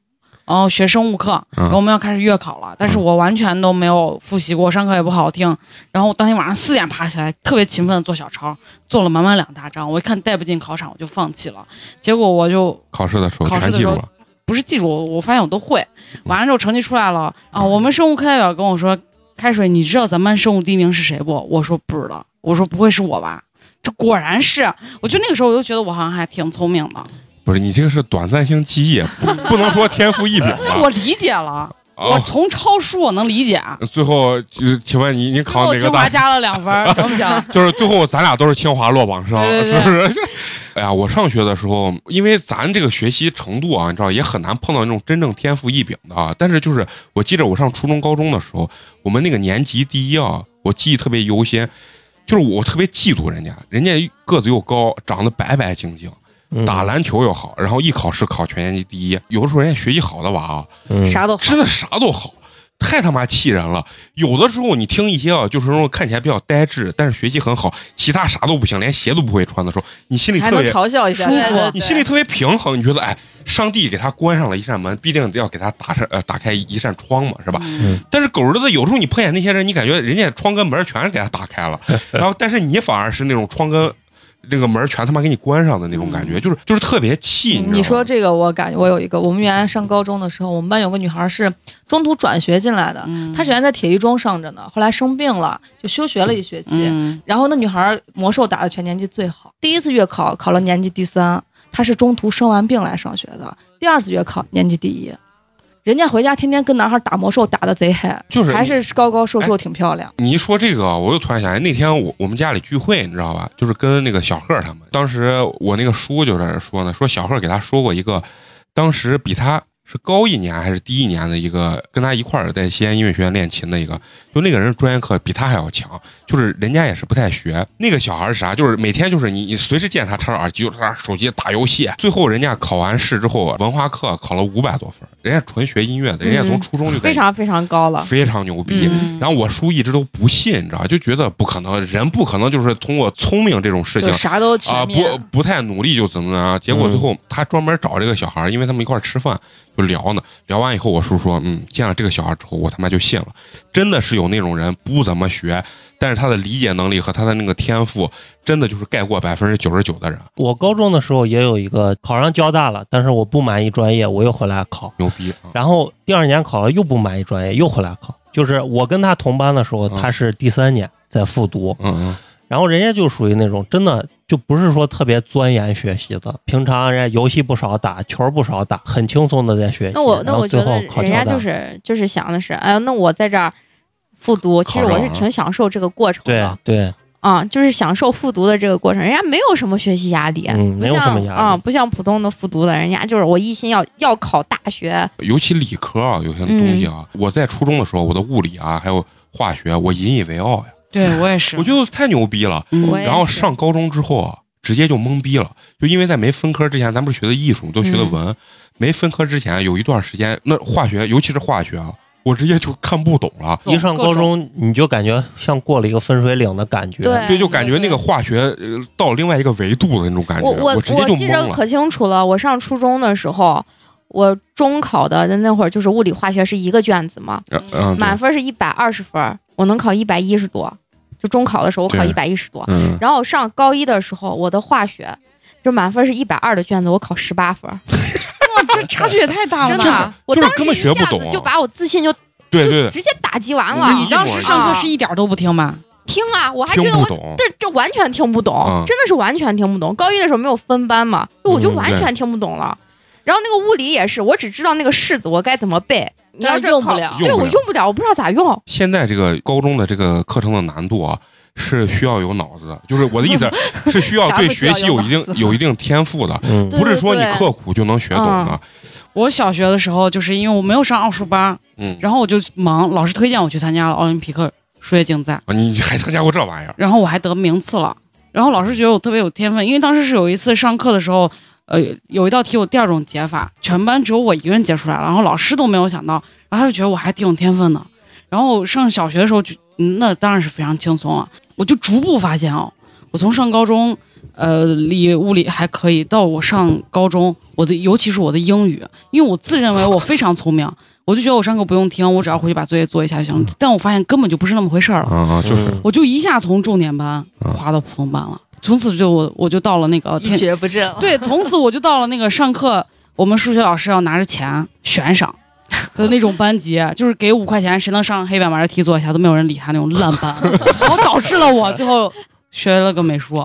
然后学生物课，嗯然后我们要开始月考了，但是我完全都没有复习过，上课也不好好听。然后我当天晚上四点爬起来，特别勤奋的做小抄，做了满满两大张。我一看带不进考场，我就放弃了。结果我就考试的时候考试全的记时住候了，不是记住，我发现我都会。完了之后成绩出来了啊，我们生物课代表跟我说：“开水，你知道咱们班生物第一名是谁不？”我说：“不知道。”我说：“不会是我吧？”这果然是，啊我就那个时候我就觉得我好像还挺聪明的。不是你这个是短暂性记忆，不不能说天赋异禀那吧 我？理解了，我啊，从抄书我能理解。最后就是请问你你最后考哪个清大华？加了两分 儿，行不行？ 就是最后咱俩都是清华落榜生，对对对是不是？就是 哎呀，我上学的时候，因为咱这个学习程度啊，你知道也很难碰到那种真正天赋异禀的啊。但是就是我记着我上初中、高中的时候，我们那个年级第一啊，我记忆特别犹新，就是我特别嫉妒人家，人家个子又高，长得白白净净，嗯打篮球又好，然后一考试考全年级第一。有的时候人家学习好的娃啊，嗯啥都好。吃的啥都好，太他妈气人了。有的时候你听一些啊，就是那种看起来比较呆滞，但是学习很好，其他啥都不行，连鞋都不会穿的时候，你心里还特能别，嘲笑一下，舒服对你心里特别平衡，你觉得哎，上帝给他关上了一扇门，必定要给他打上呃打开一扇窗嘛，是吧？嗯但是狗日的，有时候你碰见那些人，你感觉人家窗跟门全是给他打开 了，然后但是你反而是那种窗跟。那个门全他妈给你关上的那种感觉，就是就是特别气。嗯你知道说吗这个，我感觉我有一个，我们原来上高中的时候，我们班有个女孩是中途转学进来的，嗯她原来在铁一中上着呢，后来生病了，就休学了一学期。嗯然后那女孩魔兽打的全年级最好，第一次月考考了年级第三，她是中途生完病来上学的。第二次月考年级第一，人家回家天天跟男孩打魔兽打的贼嗨，就是嗯还是高高瘦瘦挺漂亮。你一说这个，我又突然想起那天我我们家里聚会，你知道吧？就是跟那个小贺他们。当时我那个叔就在那说呢，说小贺给他说过一个，当时比他是高一年还是低一年的一个，跟他一块儿在西安音乐学院练琴的一个，就那个人专业课比他还要强，就是人家也是不太学。那个小孩是啥？就是每天就是你你随时见他插着耳机，就在那手机打游戏。最后人家考完试之后，文化课考了五百多分，人家纯学音乐的，人家从嗯初中就在非常非常高啊了。非常牛逼。嗯然后我叔一直都不信，你知道吧，就觉得不可能，人不可能就是通过聪明这种事情就啥都啊、全面，嗯不不太努力就怎么怎么样。啊结果最后他专门找这个小孩儿，因为他们一块儿吃饭就聊呢，聊完以后我叔说，嗯，见了这个小孩之后，我他妈就信了，真的是有那种人不怎么学，但是他的理解能力和他的那个天赋，真的就是盖嗯过百分之九十九的人，我高中的时候也有一个考上交大了，但是我不满意专业，我又回来考。牛逼啊！然后第二年考了又不满意专业，又回来考。就是我跟他同班的时候，嗯他是第三年在复读，嗯然后人家就属于那种真的就不是说特别钻研学习的，平常人家游戏不少打，球不少打，很轻松的在学习。那我然那后我最觉后得考人家交大就是就是想的是，哎呀，那我在这儿复读，其考实我上是了挺享受这个过程啊对的对，啊、就是享受复读的这个过程，人家没有什么学习压力，嗯不没有像什么压力啊、不像普通的复读的，人家就是我一心要要考大学，嗯，尤其理科啊，有些东西啊，我在初中的时候，我的物理啊，还有化学，我引以为傲呀，对我也是，我觉得太牛逼了。嗯我也然后是上高中之后啊，直接就懵逼了，就因为在没分科之前，咱不是学的艺术，都学的嗯文，没分科之前有一段时间，那化学，尤其是化学啊，我直接就看不懂了。一上各高种中你就感觉像过了一个分水岭的感觉。对对，就感觉那个化学呃到另外一个维度的那种感觉，我我我直接就记懵着了。可清楚了，我上初中的时候，我中考的那那会儿就是物理化学是一个卷子嘛，呃嗯，对满分是一百二十分，我能考一百一十多，就中考的时候我考对一百一十多，嗯，然后上高一的时候，我的化学就满分是一百二的卷子，我考十八分儿，这差距也太大了真吧。的，我就是当时根本一学不下子懂就把我自信就对对对，直接打击完了。你当时上课是一点儿都不听吧？听啊，我还觉听得不我懂。这这完全听不懂，嗯真的是完全听不懂。高一的时候没有分班嘛，就我就嗯完全听不懂了。然后那个物理也是，我只知道那个式子我该怎么背，你要但是这用不靠，了。对用不我了用不了，我不知道咋用。现在这个高中的这个课程的难度啊，是需要有脑子的，就是我的意思是需要啥对不需学要习有有脑一定子有一定天赋 的，嗯对不是说你对嗯刻苦就能学懂的。我小学的时候，就是因为我没有上奥数班，嗯，然后我就忙，老师推荐我去参加了奥林匹克数学竞赛，啊你你还参加过这玩意儿？然后我还得名次了。然后老师觉得我特别有天分，因为当时是有一次上课的时候，呃，有一道题有第二种解法，全班只有我一个人解出来了，然后老师都没有想到，然后他就觉得我还挺有天分的。然后上小学的时候就，嗯那当然是非常轻松了。我就逐步发现哦，我从上高中，呃，理物理还可以，到我上高中，我的尤其是我的英语，因为我自认为我非常聪明，我就觉得我上课不用听，我只要回去把作业做一下就行了。但我发现根本就不是那么回事儿了。啊啊，就是我就一下从重点班嗯滑到普通班了，从此就我我就到了那个一天，蹶不振，对，从此我就到了那个上课，我们数学老师要拿着钱悬赏的那种班级，就是给五块钱，谁能上黑板把这题做一下，都没有人理他那种烂班，然后导致了我最后学了个美术，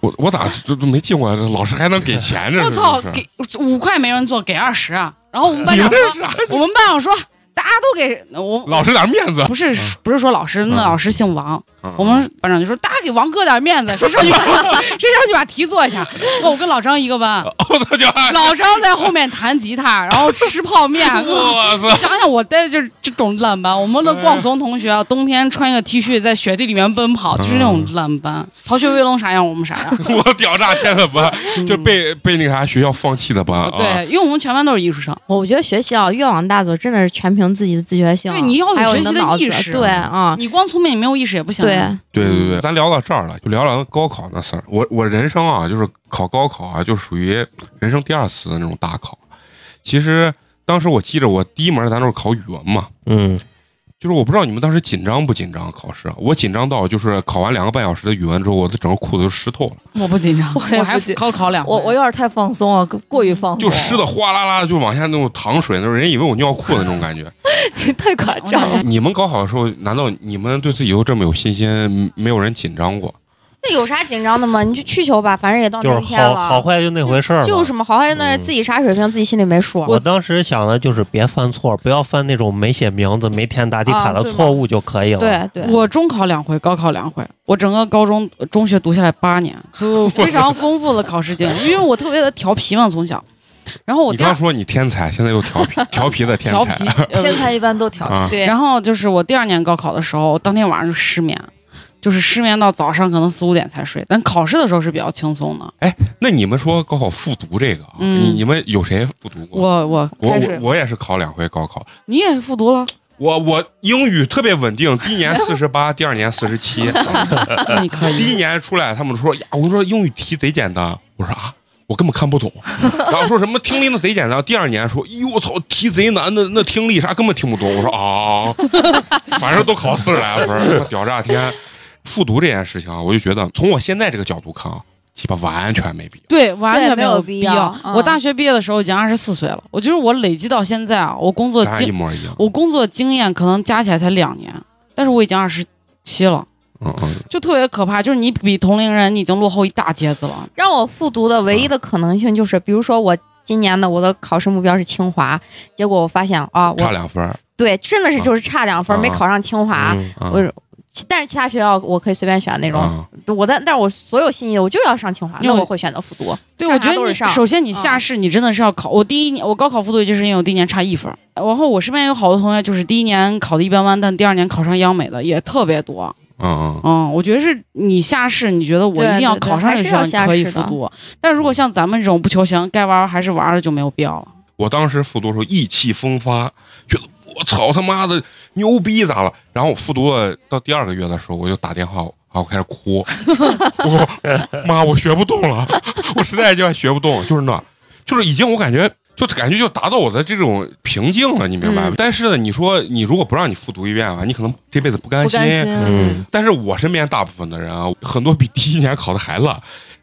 我我咋都都没进过？啊老师还能给 钱？这是我操这，是给五块没人做，给二十，啊然后我们班 长你这说是啥，我们班长说大家都给我。啊 老师点面子。不是不是说老师，那嗯老师姓王，嗯我们班长就说：“大家给王哥点面子，谁上去把谁上去把题做一下。”哦我跟老张一个班，我操，就老张在后面弹吉他，然后吃泡面。啊 我操，想想我待的这这种烂班，我们的逛怂同学啊，冬天穿一个 T 恤在雪地里面奔跑，就是那种烂班。逃学威龙啥样，我们啥样。我屌炸天的班，嗯就被被那个啥学校放弃的班啊。对，因为我们全班都是艺术生，我觉得学习啊，越往大走，真的是全凭自己的自觉性啊。对你要有还有学你习的的脑意子识对啊，你光聪明你没有意识也不行。啊对，对嗯对对，咱聊到这儿了，就聊聊高考那事儿。我我人生啊，就是考高考啊，就属于人生第二次的那种大考。其实当时我记着，我第一门咱都是考语文嘛，嗯就是我不知道你们当时紧张不紧张考试，啊我紧张到就是考完两个半小时的语文之后，我的整个裤子都湿透了，我不紧张，我也我还不紧高考两回我我有点太 放松了，啊过于放松，嗯就湿的哗啦啦就往下那种淌水，那种人以为我尿裤子那种感觉。太夸张了。你们高考的时候，难道你们对自己都这么有信心，没有人紧张过？那有啥紧张的吗？你去去球吧，反正也到就那是一天好好了，坏就那回事儿嘛。就是什么好坏那嗯自己啥水平自己心里没数。我当时想的就是别犯错，不要犯那种没写名字、没填答题卡啊的对错误就可以了。对对，我中考两回，高考两回，我整个高中、呃中学读下来八年， 就非常丰富的考试经验。因为我特别的调皮嘛，从小，然后我你第刚二说你天才，现在又调 皮，调皮的天调才 皮，天呃才一般都调皮，啊！对然后就是我第二年高考的时候，我当天晚上就失眠，就是失眠到早上可能四五点才睡，但考试的时候是比较轻松的。那你们说高考复读这个啊，嗯你你们有谁复读过？我我我开我始，我也是考两回高考，你也复 读了，我我英语特别稳定，第一年四十八，第二年四十 七。那 你可第一以。年出来，他们说呀，我跟你说英语题贼简单，我说啊。我根本看不懂，然后说什么听力那贼简单。第二年说，哟我操，题贼难，那那听力啥根本听不懂。我说啊，反正都考四十来分儿，屌炸天！复读这件事情啊，我就觉得从我现在这个角度看啊，鸡巴完全没必要。对，完全没没有必必要我嗯大学毕业的时候已经二十四岁了，我就是我累积到现在啊，我哦工作咱俩经一模一样。我工作经验可能加起来才两年，但是我已经二十七了，嗯嗯，就特别可怕。就是你比同龄人，你已经落后一大截子了。让我复读的唯一的可能性就是，比如说我今年的我的考试目标是清华，结果我发现啊，差我两分儿。对真的是就是差两分啊没考上清华，嗯啊我其但是其他学校我可以随便选那种。啊我的，但是我所有心意我就要上清华，因为那我我会选择复读。对，上我啥觉得都你是上首先你下嗯试，你真的是要考。我第一年我高考复读，就是因为我第一年差一分儿。然后我身边有好多同学，就是第一年考的一般般，但第二年考上央美的也特别多。嗯嗯，我觉得是你下试，你觉得我一对定要对对考上还这是个要学校，下你可以试复的读。但如果像咱们这种不求行，该玩儿还是玩儿的，就没有必要了。我当时复读的时候意气风发，觉得我操他妈的牛逼咋了？然后我复读了到第二个月的时候，我就打电话，啊，我开始哭， 我说妈，我学不动了，我实在就学不动，就是那，就是已经我感觉。就感觉就达到我的这种瓶颈了，你明白吗？嗯但是呢，你说你如果不让你复读一遍啊，你可能这辈子不甘不心。甘心。嗯但是我身边大部分的人啊，很多比第一年考的还烂，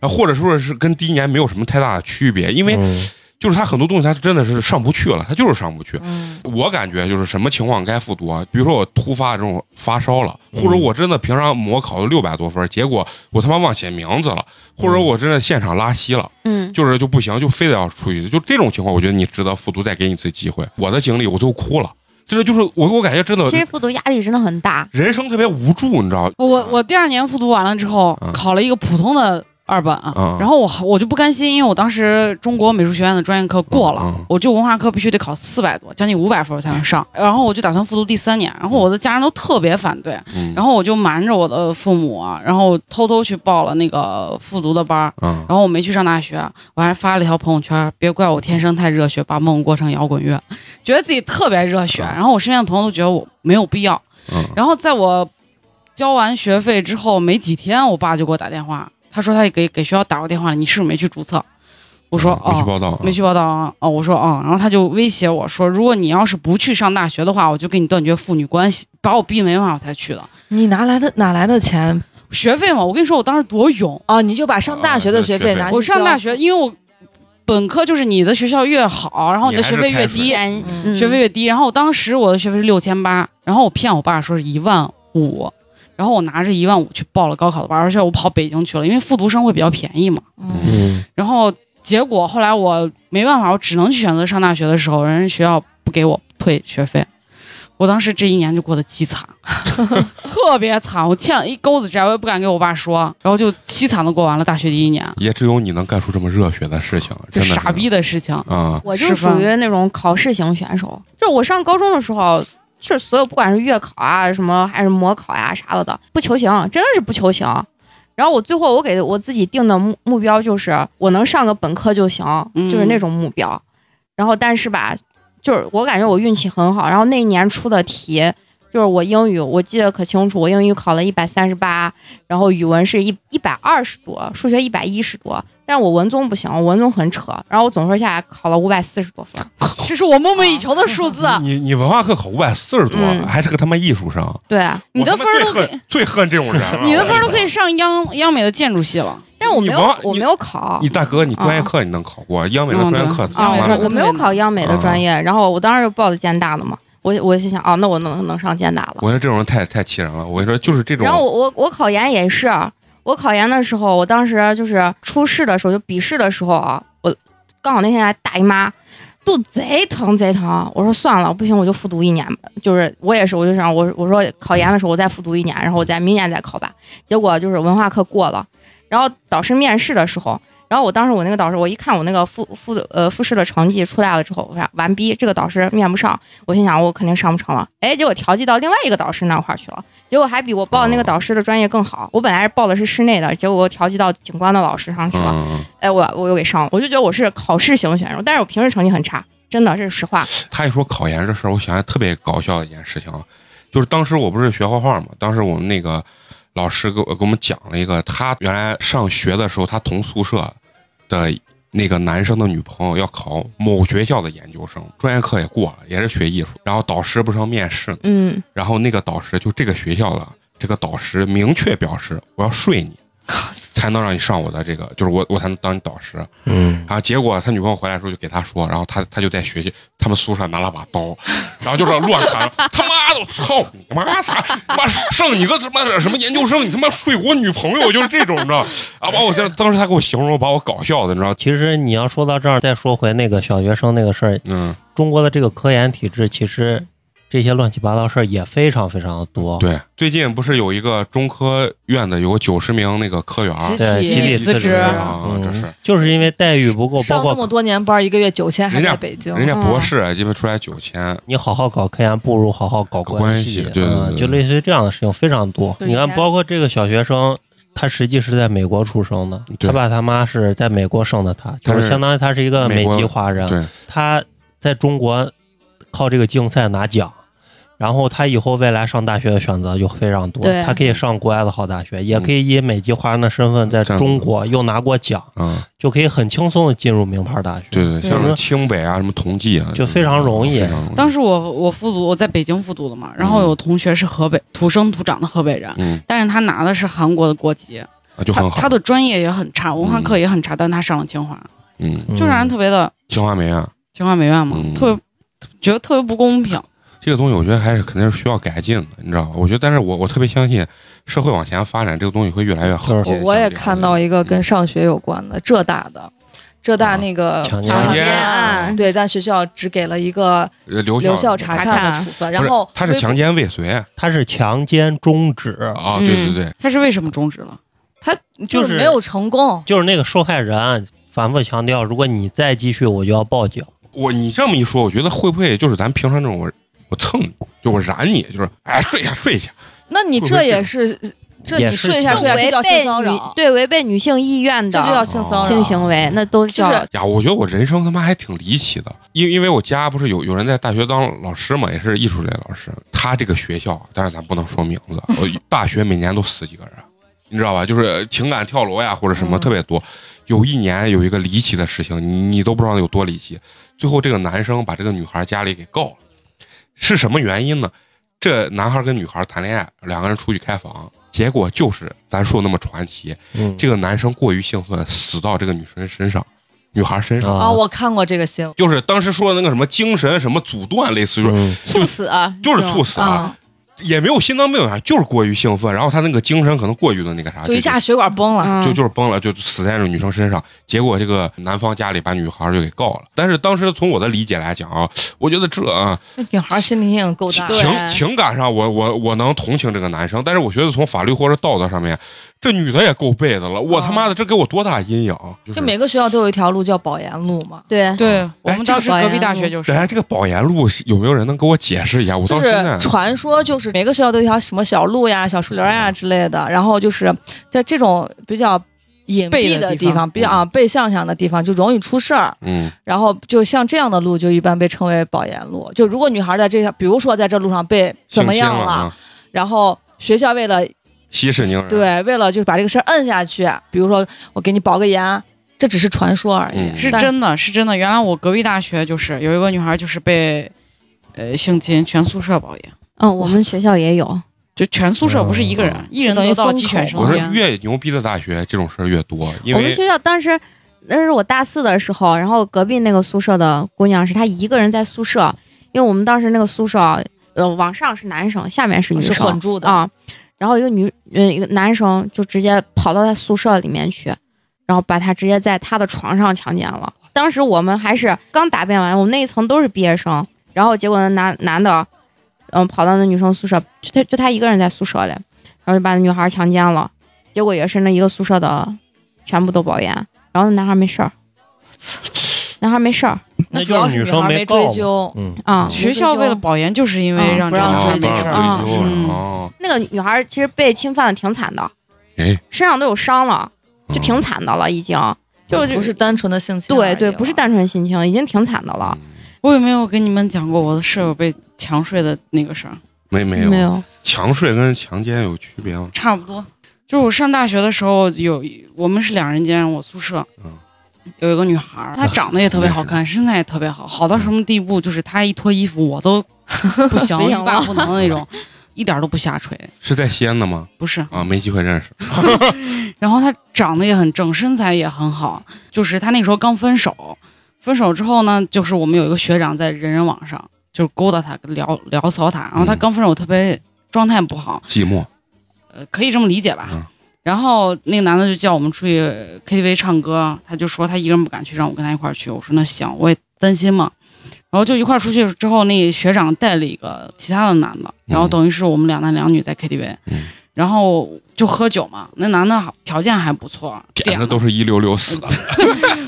然后或者说是跟第一年没有什么太大的区别，因为嗯就是他很多东西他真的是上不去了，他就是上不去。嗯，我感觉就是什么情况该复读啊？比如说我突发这种发烧了，嗯或者我真的平常模考了六百多分，结果我他妈忘写名字了，嗯或者我真的现场拉稀了，嗯，就是就不行，就非得要出去，就这种情况，我觉得你值得复读，再给你一次机会。我的经历，我最后哭了，真的就是我我感觉真的其实复读压力真的很大。人生特别无助，你知道？哦我我第二年复读完了之后啊嗯，考了一个普通的二本嗯啊，然后我我就不甘心，因为我当时中国美术学院的专业课过了嗯嗯，我就文化课必须得考四百多，将近五百分我才能上，然后我就打算复读第三年，然后我的家人都特别反对，嗯，然后我就瞒着我的父母啊，然后偷偷去报了那个复读的班儿，嗯，然后我没去上大学，我还发了一条朋友圈，别怪我天生太热血，把梦过成摇滚乐，觉得自己特别热血。啊然后我身边的朋友都觉得我没有必要。嗯然后在我交完学费之后没几天，我爸就给我打电话，他说他给给学校打过电话了，你是不是没去注册？我说嗯没去哦，报道，没去报道啊。哦，我说哦，然后他就威胁我说，如果你要是不去上大学的话，我就跟你断绝父女关系，把我逼没办法我才去的。你哪来的哪来的钱学费嘛，我跟你说我当时多勇，啊？你就把上大学的学费啊拿去交，我上大学，因为我本科就是你的学校越好，然后你的学费越低，嗯嗯学费越低。然后我当时我的学费是六千八，然后我骗我爸说是一万五，然后我拿着一万五去报了高考的班，而且我跑北京去了，因为复读生会比较便宜嘛。嗯嗯，然后结果后来我没办法，我只能去选择上大学的时候，人家学校不给我退学费。我当时这一年就过得极惨，特别惨，我欠了一钩子债，我也不敢给我爸说，然后就凄惨的过完了大学第一年。也只有你能干出这么热血的事情，就真的傻逼的事情。啊！我就是属吧于那种考试型选手，就是我上高中的时候，就是所有不管是月考啊，什么还是模考呀、啥的的，不求行，真的是不求行。然后我最后我给我自己定的目目标就是我能上个本科就行，嗯就是那种目标。然后但是吧，就是我感觉我运气很好，然后那一年出的题就是我英语，我记得可清楚，我英语考了一百三十八，然后语文是一一百二十多，数学一百一十多，但是我文综不行，我文综很扯，然后我总分下来考了五百四十多分。这是我梦寐以求的数字。 啊你你文化课考五百四十多，嗯还是个他妈艺术生，对，你的我他妈分最儿都可以恨最恨这种 人了，你的分儿我都跟可以你上央央美的建筑系了。但是我没有你往，我没有考讲。你大哥，你专业课你能考过，央美的啊嗯专业对课央美完啊了专业我课我没有考央美的啊专业，然后我当时就报的建大的嘛，我我心想啊，那我能能上建大了。我觉得这种人太太气人了。我跟你说，就是这种，然后我我我考研也是，我考研的时候，我当时就是初试的时候，就笔试的时候啊，我刚好那天来大姨妈，肚子贼疼贼疼，我说算了，不行我就复读一年吧。就是我也是，我就想我我说考研的时候我再复读一年，然后我再明年再考吧。结果就是文化课过了，然后导师面试的时候。然后我当时我那个导师，我一看我那个复复呃复试的成绩出来了之后，我说完逼，这个导师面不上，我心想我肯定上不成了。哎，结果调剂到另外一个导师那块儿去了，结果还比我报的那个导师的专业更好。我本来是报的是室内的，结果我调剂到景观的老师上去了。嗯，哎，我我又给上了，我就觉得我是考试型选手，但是我平时成绩很差，真的这是实话。他一说考研这事儿，我想起特别搞笑的一件事情啊，就是当时我不是学画画嘛，当时我们那个老师给我给我们讲了一个，他原来上学的时候，他同宿舍的那个男生的女朋友要考某学校的研究生，专业课也过了，也是学艺术，然后导师不是要面试呢，嗯，然后那个导师就这个学校的这个导师明确表示，我要睡你，才能让你上我的这个，就是我我才能当你导师。嗯，然后结果他女朋友回来的时候就给他说，然后他他就在学习，他们宿舍拿了把刀，然后就是乱砍， 他妈的，我操你妈操，妈剩你个他妈什么研究生，你他妈睡我女朋友，就是这种，你知道？啊，把我这当时他给我形容，把我搞笑的，你知道？其实你要说到这儿，再说回那个小学生那个事儿，嗯，中国的这个科研体制，其实这些乱七八糟事儿也非常非常的多。对，最近不是有一个中科院的有个九十名那个科员儿集对，集集体体辞职啊嗯这是就是因为待遇不够，包上那么括多年班，一个月九千，还人家在北京。嗯人家博士啊基本出来九千，你好好搞科研，不如好好搞搞关系系，对对嗯对就类似于这样的事情非常多。对你看以，前包括这个小学生。他实际是在美国出生的，对他爸他妈是在美国生的他，他就是是相当于他是一个美美国嗯籍华人，对，他在中国靠这个竞赛拿奖，然后他以后未来上大学的选择就非常多对。他可以上国外的好大学，嗯也可以以美籍华人的身份在中国又拿过奖，嗯，就可以很轻松的进入名牌大学。对对，对像什么清北啊，什么同济啊，就非常容易非常容易当时我我复读，我在北京复读的嘛，然后有同学是河北土生土长的河北人，嗯，但是他拿的是韩国的国籍，啊就他很好他。的专业也很差，文化课也很差，但他上了清华，嗯，就让人特别的青花梅啊，情怀美院嘛，嗯特别觉得特别不公平。这个东西我觉得还是肯定是需要改进的，你知道吧？我觉得，但是我我特别相信社会往前发展，这个东西会越来越好是。我我也看到一个跟上学有关的，浙大的，浙大那啊个强奸强强奸奸案案，对，但学校只给了一个呃留留校查查看的处分，然后他是微博强奸未遂啊，他是强奸中止，对对嗯对，他是为什么终止了？他就就是是没有成功，就是那个受害人啊反复强调，如果你再继续，我就要报警。我你这么一说，我觉得会不会就是咱平常这种我我蹭你，就我燃你，就是哎睡一下睡一下，那你这也是，这也你是睡一下这睡一下，这违叫性背骚女扰，对违背女性意愿这就叫的哦性骚性扰。行为，那都就叫是呀，我觉得我人生他妈还挺离奇的，因为因为我家不是有有人在大学当老师嘛，也是艺术类老师，他这个学校，但是咱不能说名字，我大学每年都死几个人，你知道吧？就是情感跳楼呀或者什么嗯特别多。有一年有一个离奇的事情，你你都不知道有多离奇。最后这个男生把这个女孩家里给告了，是什么原因呢？这男孩跟女孩谈恋爱，两个人出去开房，结果就是咱说那么传奇，嗯，这个男生过于兴奋，死到这个女生身上，女孩身上。啊，我看过这个新闻，就是当时说的那个什么精神什么阻断，类似于说嗯猝死啊，就是这种猝死嗯啊，啊，也没有心脏病啊，就是过于兴奋，然后他那个精神可能过于的那啊个啥，就一下血管崩了。嗯就就是崩了，就死在这个女生身上。结果这个男方家里把女孩就给告了。但是当时从我的理解来讲啊，我觉得这啊这女孩心理阴影够情大，对情情感上我我我能同情这个男生，但是我觉得从法律或者道德上面，这女的也够背的了。我他妈的这给我多大阴影？啊就是就每个学校都有一条路叫保研路嘛。对，对我这们当时个隔壁大学就是哎，这个保研路是有没有人能给我解释一下？我到就现是在传说，就是每个学校都有一条什么小路呀、小树林呀之类的。然后就是在这种比较隐蔽背的的地地方，方比较啊背向上的地方，就容易出事儿。嗯然后就像这样的路，就一般被称为保研路。就如果女孩在这条，比如说在这路上被怎么样性侵了啊？然后学校为了息事宁人。对，为了就是把这个事儿摁下去，比如说我给你保个研，这只是传说而已，嗯是但真的，是真的。原来我隔壁大学就是有一个女孩，就是被呃性侵，全宿舍保研，嗯，我们学校也有，就全宿舍不是一个人，嗯一人都到鸡犬我升说天。越牛逼的大学，这种事儿越多，因我们为学校当时那是我大四的时候，然后隔壁那个宿舍的姑娘是她一个人在宿舍，因为我们当时那个宿舍呃往上是男生，下面是女哦是生，混住的。啊，然后一个女，嗯，一个男生就直接跑到他宿舍里面去，然后把他直接在他的床上强奸了。当时我们还是刚答辩完，我们那一层都是毕业生，然后结果那男男的，嗯，跑到那女生宿舍，就他就他一个人在宿舍里，然后就把那女孩强奸了，结果也是那一个宿舍的全部都保研，然后那男孩没事儿，男孩没事儿那那主就要是是女女孩生没告追嘛究，嗯啊。学校为了保研，就是因为嗯让不这让个追女究孩是儿啊追究嗯了哦，那个女孩其实被侵犯的挺惨的，哎，身上都有伤了，嗯就挺惨的了，已经。就不是单纯的性侵而已啊对了，对，不是单纯性侵，已经挺惨的了。嗯我有没有跟你们讲过我的舍友被强睡的那个事儿？没没有没有，强睡跟强奸有区别吗？差不多，就是我上大学的时候有我们是两人间，我宿舍，嗯有一个女孩儿，她长得也特别好看，身材也特别好，好到什么地步？就是她一脱衣服我都不行，不欲行罢了不能的那种，一点儿都不下垂，是在西安的吗？不是。啊，没机会认识。然后她长得也很正，身材也很好，就是她那时候刚分手，分手之后呢，就是我们有一个学长在人人网上就是勾搭她，聊聊骚她，然后她嗯刚分手特别状态不好，寂寞，呃，可以这么理解吧。嗯然后那个男的就叫我们出去 KTV 唱歌，他就说他一个人不敢去，让我跟他一块儿去。我说那行，我也担心嘛。然后就一块儿出去之后，那学长带了一个其他的男的，然后等于是我们两男两女在 KTV，、嗯然后就喝酒嘛。那男的好条件还不错，点点的的都是一溜溜死的。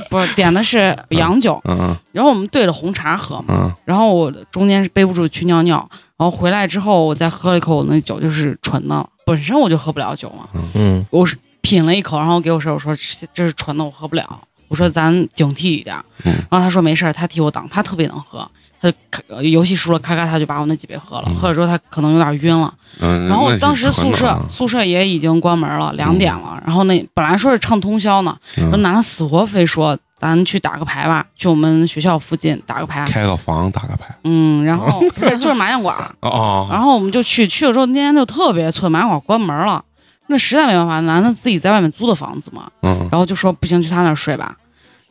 不是点的是洋酒， 嗯然后我们兑了红茶喝嘛。嗯然后我中间是背不住去尿尿，然后回来之后我再喝了一口我那酒，就是纯的了。本身我就喝不了酒嘛，嗯，我是品了一口，然后给我室友说这这是纯的，我喝不了。我说咱警惕一点儿，嗯然后他说没事儿，他替我挡，他特别能喝，他就咔呃游戏输了咔咔他就把我那几杯喝了，嗯喝了之后他可能有点晕了，嗯。然后那我是当时纯宿的舍啊宿舍也已经关门了，两点了，然后那本来说是唱通宵呢，嗯那男的死活非说咱去打个牌吧，去我们学校附近打个牌，开个房打个牌嗯，然后不是就是麻将馆儿，然哦，后我们就去，去了之后那天就特别催，麻将馆关门了，那实在没办法，男的自己在外面租的房子嘛，嗯然后就说不行，去他那儿睡吧。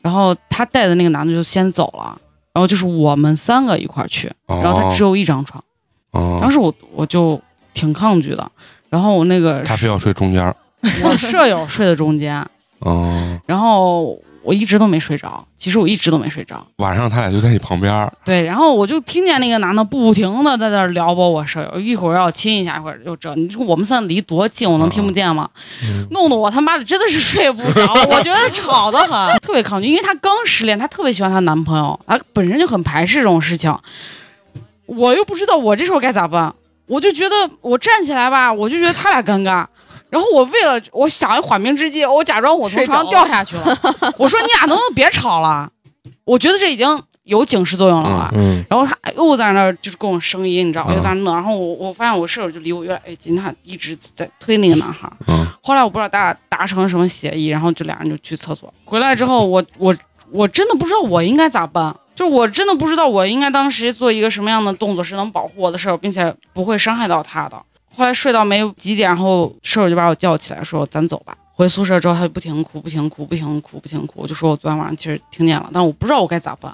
然后他带的那个男的就先走了，然后就是我们三个一块儿去，哦然后他只有一张床，当哦，时我我就挺抗拒的，然后我那个他非要睡中间儿。我舍友睡的中间，哦，然后我一直都没睡着，其实我一直都没睡着。晚上他俩就在你旁边儿。对，然后我就听见那个男的不停的在那儿撩拨我舍友，一会儿要亲一下，一会儿又这，你说我们三个离多近，我能听不见吗？嗯弄得我他妈的真的是睡不着，我觉得吵得很， 特别抗拒，因为她刚失恋，她特别喜欢她男朋友，她本身就很排斥这种事情，我又不知道我这时候该咋办，我就觉得我站起来吧，我就觉得他俩尴尬。然后我为了我想一缓兵之计，我假装我从床上睡着掉下去了。 我说你俩能不能别吵了？我觉得这已经有警示作用了吧。嗯，然后他又在那儿就是各种声音，你知道，嗯又在那儿弄。然后我我发现我舍友就离我越来越近，他一直在推那个男孩儿。嗯后来我不知道大家达成什么协议，然后就俩人就去厕所。回来之后，我我我真的不知道我应该咋办，就是我真的不知道我应该当时做一个什么样的动作是能保护我的舍友，并且不会伤害到他的。后来睡到没有几点，然后舍友就把我叫起来说：“咱走吧。”回宿舍之后，他就不停哭，不停哭，不停哭，不停哭。我就说我昨天晚上其实听见了，但我不知道我该咋办。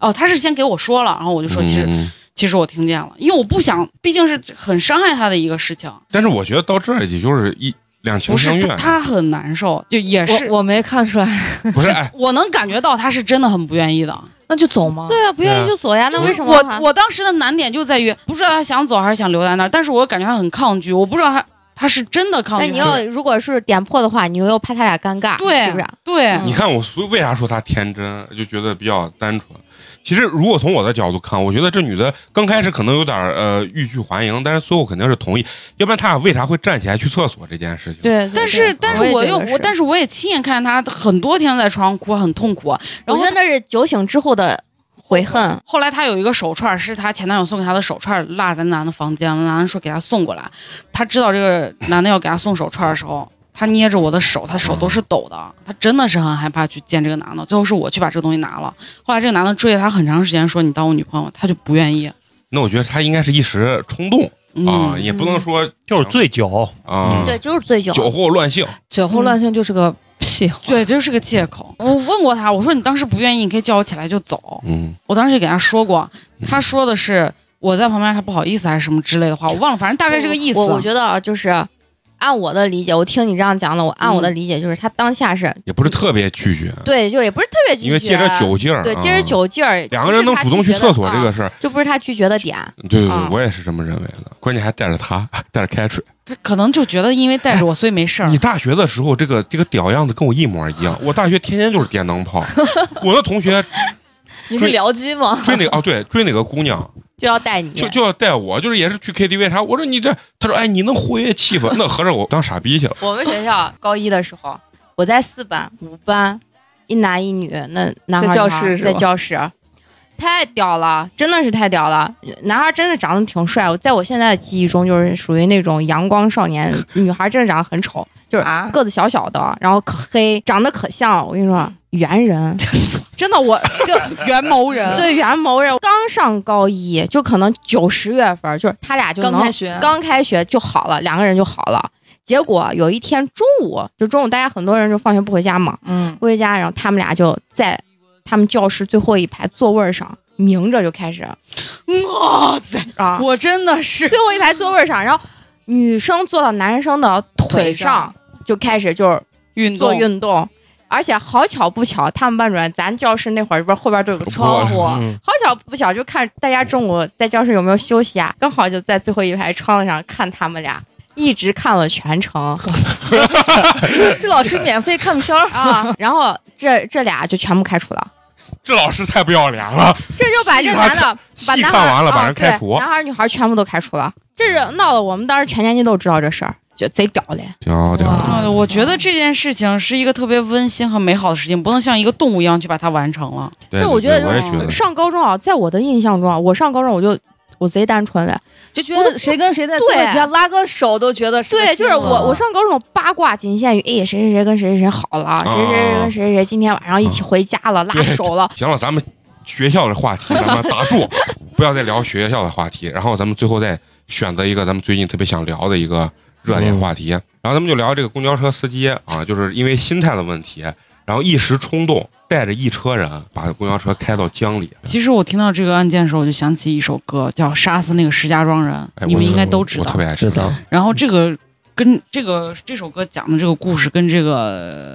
哦，他是先给我说了，然后我就说其实、嗯其实我听见了，因为我不想，毕竟是很伤害他的一个事情。但是我觉得到这儿也就是一两情不相是悦他，，他很难受，就也是我我没看出来，不是？哎，我能感觉到他是真的很不愿意的。那就走吗？，对啊，不愿意就走呀，那为什么还嗯我我当时的难点就在于，不知道他想走还是想留在那儿，但是我感觉他很抗拒，我不知道他他是真的抗那拒。你要如果是点破的话，你又要怕他俩尴尬，对是不是？对、嗯你看我所以为啥说她天真，就觉得比较单纯。其实如果从我的角度看，我觉得这女的刚开始可能有点儿呃欲拒还迎，但是最后肯定是同意，要不然她俩为啥会站起来去厕所这件事情？对，对但是对但是我我也觉又得我，但是我也亲眼看见他很多天在床上哭，很痛苦。啊我然后觉得他那是酒醒之后的悔嗯恨。后来他有一个手串，是他前男友送给他的手串，落在男的房间了。男的说给他送过来，他知道这个男的要给他送手串的时候，他捏着我的手，他手都是抖的，他真的是很害怕去见这个男的。最后是我去把这个东西拿了。后来这个男的追了他很长时间，说你当我女朋友，他就不愿意。那我觉得她应该是一时冲动嗯，啊，也不能说就是醉酒，啊嗯对，就是醉酒。酒后乱性。酒后乱性就是个屁话。对，这就是个借口。我问过他，我说你当时不愿意，你可以叫我起来就走。嗯，我当时也给他说过，他说的是我在旁边，他不好意思还是什么之类的话，我忘了，反正大概这个意思。我我觉得啊，就是按我的理解，我听你这样讲的，我按我嗯的理解就是他当下是也不是特别拒绝，对，就也不是特别拒嗯绝，因为借着酒劲儿，对啊借着酒劲儿，两个人能主动去厕所这个事，事儿，啊就不是他拒绝的点。对对对啊，我也是这么认为的。关键还带着她， 带着开水。他可能就觉得因为带着我，所以没事儿你。大学的时候，这个这个屌样子跟我一模一 样。我大学天天就是电灯 泡，我的同学你是僚 机吗？追哪个哦，对，追哪个姑 娘就要带你，就就要带我，就是也是去 KTV 啥。我说你这，他说哎，你能活跃气 氛，那合着我当傻逼去了。 我们学校高一的时候，我在四班、五班，一男一女，那男孩儿在教女孩儿室是吧在教室，太屌了，真的是太屌了。男孩儿真的长得挺帅，我在我现在的记忆中就是属于那种阳光少年，女孩儿真的长得很丑，就是啊个子小小的，然后可黑，长得可像我跟你说猿 人，真的我就袁某人，对袁某人刚上高一，就可能九十月份儿，就是他俩就刚能开学，刚开学就好了，两个人就好了。结果有一天中午，就中午大家很多人就放学不回家嘛，嗯，不回家，然后他们俩就在他们教室最后一排座位上明着就开始哇塞，啊，我真的 是最后一排座位上，然后女生坐到男生的腿腿上上就开始就是运做运动，而且好巧不巧，他们班主任咱教室那会儿不是后边都有个窗户， 嗯，好巧不巧，就看大家中午在教室有没有休息啊，刚好就在最后一排窗子上看他们俩，一直看了全程，这老师免费看片儿啊。然后这这俩就全部开除了，这老师太不要脸了，这就把这男的戏把看男戏孩看完了啊把人对开除男孩女孩全部都开除了，这是闹得我们当时全年级都知道这事儿，就贼屌嘞。屌屌哇屌，啊！我觉得这件事情是一个特别温馨和美好的事情，不能像一个动物一样去把它完成了。对这我觉得对我也就是觉得，上高中啊，在我的印象中啊，我上高中我就我贼单纯嘞，就觉得谁跟谁在桌子底下拉个手都觉得是个对，就是新闻啊我，我上高中八卦仅限于，哎，谁谁谁跟谁谁谁好了，谁谁谁啊跟谁谁谁今天晚上一起回家了，拉手了，行了，咱们学校的话题咱们打住，不要再聊学校的话题。然后咱们最后再选择一个咱们最近特别想聊的一个热点话题。然后咱们就聊这个公交车司机啊，就是因为心态的问题，然后一时冲动带着一车人把公交车开到江里。其实我听到这个案件的时候，我就想起一首歌，叫《杀死那个石家庄人》，哎你们我应该都我知我道特。别爱吃知道然后这个跟这个这首歌讲的这个故事跟这个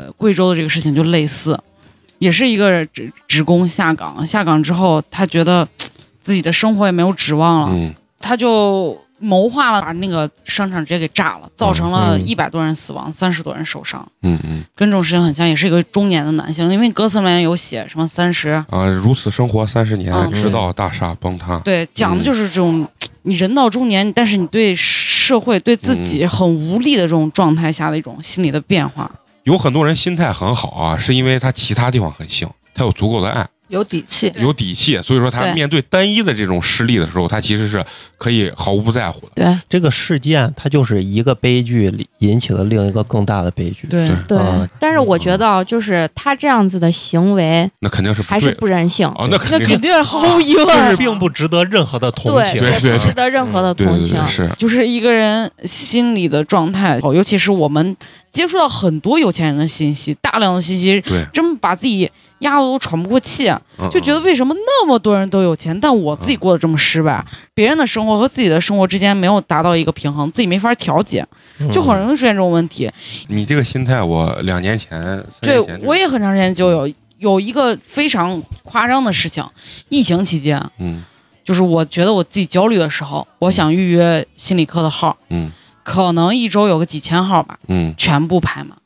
呃贵州的这个事情就类似，也是一个职职工下岗，下岗之后他觉得嘖自己的生活也没有指望了，嗯，他就谋划了把那个商场直接给炸了，造成了嗯一百多人死亡，三十多人受伤。嗯嗯跟这种事情很像，也是一个中年的男性，因为歌词里面有写什么三十，啊，如此生活三十年嗯，直到大厦崩塌。对，讲的就是这种、你人到中年，但是你对社会、对自己很无力的这种状态下的一种心理的变化。有很多人心态很好啊，是因为他其他地方很行，他有足够的爱，有底气。有底气，所以说他对面对单一的这种失利的时候，他其实是可以毫无不在乎的。对这个事件，它就是一个悲剧里引起了另一个更大的悲剧。对对对啊，但是我觉得啊，就是他这样子的行为那肯定是不还对是的不人性，啊，那那肯定肯定毫无疑就是问，并不值得任何的同对，情。对也对嗯不值得任何的对同对情对。是，就是一个人心理的状态。哦，尤其是我们接触到很多有钱人的信息，大量的信息，对，真把自己压得都喘不过气、啊嗯 就觉得嗯为什么那么多人都有钱，但我自己过得这么失败？别人的生活和自己的生活之间没有达到一个平衡，自己没法调节，嗯就很容易出现这种问题。你这个心态，我两年前，三对年前就我也很长时间就有有一个非常夸张的事情，疫情期间，嗯就是我觉得我自己焦虑的时候，我想预约心理科的号，嗯可能一周有个几千号吧，嗯全部排满。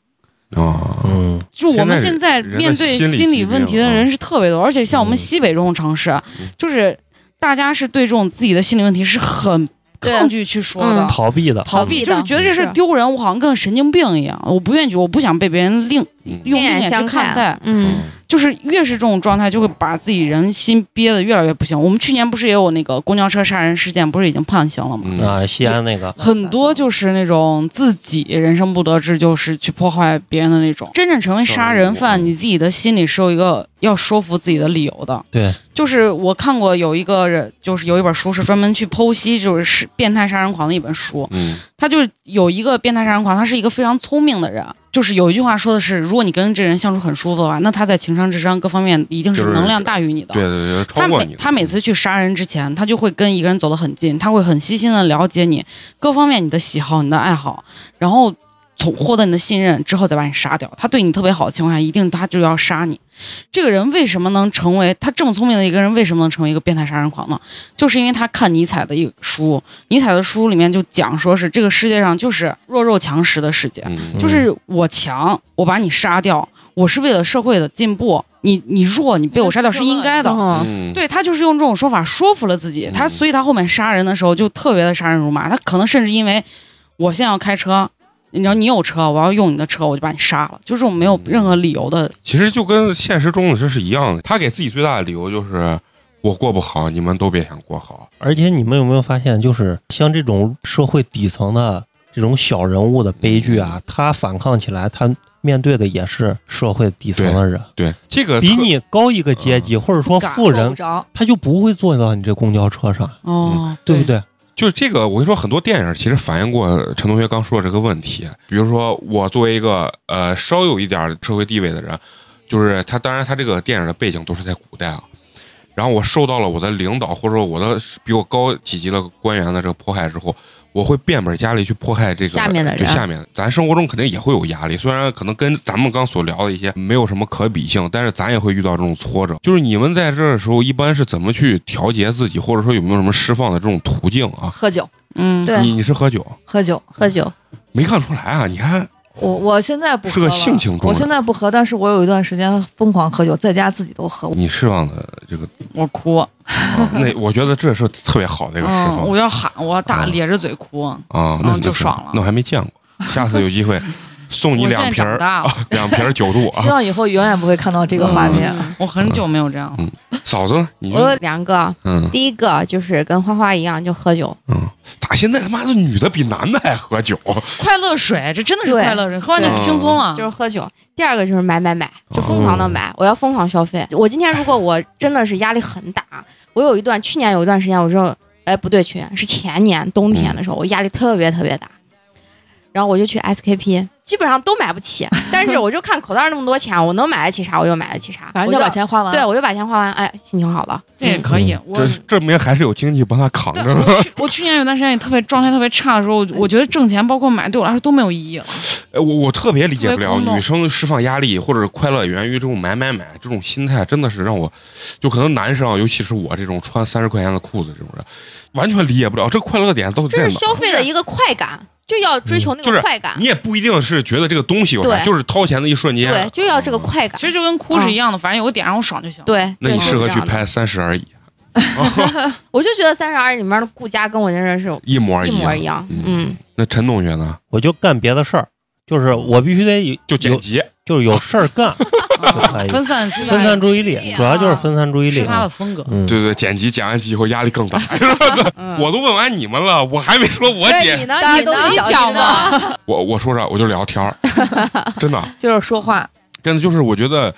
啊，嗯，就我们现现在在人面对人的心理心理疾病问题的人是特别多，而且像我们啊嗯西北这种城市，啊嗯就是大家是对这种自己的心理问题是很抗拒去说的嗯。逃避的，逃避的就是觉得这事是丢人，我好像跟神经病一样，我不愿意去，我不想被别人另嗯用另另眼眼去相看看待。嗯，就是越是这种状态，就会把自己人心憋得越来越不行。我们去年不是也有那个公交车杀人事件，不是已经判刑了吗？嗯啊，西安那个，很多就是那种自己人生不得志，就是去破坏别人的那种。真正成为杀人犯，嗯你自己的心里是有一个要说服自己的理由的。对，就是我看过有一个人，就是有一本书是专门去剖析就是变态杀人狂的一本书。嗯他就是有一个变态杀人狂，他是一个非常聪明的人。就是有一句话说的是，如果你跟这人相处很舒服的话，那他在情商、智商各方面一定是就是能量大于你的。对对对，超他过每你的他每次去杀人之前，他就会跟一个人走得很近，他会很细心的了解你各方面你的喜好、你的爱好，然后从获得你的信任之后再把你杀掉。他对你特别好的情况下，一定他就要杀你。这个人为什么能成为他这么聪明的一个人，为什么能成为一个变态杀人狂呢？就是因为他看尼采的一个书，尼采的书里面就讲说是这个世界上就是弱肉强食的世界，嗯就是我强，我把你杀掉，我是为了社会的进步。你你弱，你被我杀掉是应该的。嗯，嗯对他就是用这种说法说服了自己，他嗯所以他后面杀人的时候就特别的杀人如麻，他可能甚至因为我现在要开车，你知道你有车，我要用你的车，我就把你杀了，就这种没有任何理由的，其实就跟现实中的这是一样的，他给自己最大的理由就是我过不好，你们都别想过好。而且你们有没有发现，就是像这种社会底层的这种小人物的悲剧啊，他反抗起来，他面对的也是社会底层的人，对，呃这个比特你高一个阶级，或者说富够人不，着，他就不会坐到你这公交车啊上，嗯哦，对不对？就是这个，我跟你说，很多电影其实反映过陈同学刚说的这个问题。比如说，我作为一个呃稍有一点社会地位的人，就是他，当然他这个电影的背景都是在古代啊。然后我受到了我的领导或者我的比我高几级的官员的这个迫害之后，我会变本加厉去迫害这个下面的人对下面，咱生活中肯定也会有压力，虽然可能跟咱们刚所聊的一些没有什么可比性，但是咱也会遇到这种挫折。就是你们在这儿的时候，一般是怎么去调节自己，或者说有没有什么释放的这种途径啊？喝酒，嗯，对你你是喝酒？喝酒。喝酒，没看出来啊？你看，我我现在不喝是个了性情中我人现在不喝，但是我有一段时间疯狂喝酒，在家自己都喝。你释放的这个，我哭，啊、那我觉得这是特别好的一个释嗯，放我要喊，我要大嗯咧着嘴哭，啊，那嗯就爽了那我还没见过，下次有机 会送我你现两在瓶长儿，啊大 了，两瓶儿九度希啊。望以后永远不会看到这个画面。嗯我很久没有这样了，嫂子呢，你我有就两个，嗯第一个就是跟花花一样就喝酒，嗯，咋现在他妈的女的比男的还喝酒？啊快乐水，这真的是对快乐水，喝完就对轻松了，嗯嗯就是喝酒。第二个就是买买买，就疯狂哦的买，我要疯狂消费。我今天哎如果我真的是压力很大，我有一段去年有一段嗯时间，我是，哎不对，去年是前年冬天的时候，我压力特别特别大。然后我就去 SKP，基本上都买 不起，但是我就看口袋那么多钱，我能买得起啥我就买得起啥，反我正就就把钱花完。对，我就把钱花完，哎，心情好了。这也可以嗯。我这是证明还是有经济帮他扛对着呢。我去我去年有段时间也特别状态特别差的时候，我我觉得挣钱包括买对我来说都没有意义了。哎，我我特别理解不特了别空洞女生释放压力或者快乐源于这种买买买这种心态，真的是让我，就可能男生啊，尤其是我这种穿三十块钱的裤子这种人，完全理解不了这个快乐点到底这在是哪。消费的一个快感，就要追求嗯那就是个快感你，也不一定是觉得这个东西有啥，对就是掏钱的一瞬间。对，就要这个快感其。实就跟哭是嗯一样的，反正有个点让我爽就行。，对，嗯那对你适合去，是这样的拍《三十而已》，我就觉得《三十而已》里面的顾佳跟我真的是一模一模样。一样。嗯嗯，那陈同学呢？我就干别的事儿，就是我必须得有就剪有辑，就是有事 儿干，哎可以嗯分散注意力，分散注意注意力力，啊主要就是分散注意是力他的啊。风格。嗯，对对，剪辑剪完辑以后压力更大。 嗯我都问完你们了，我还没说我对你姐，呢？大家你都呢是你小讲心吧。我我说啥我就聊天儿，真的就是说话，真的就是我觉得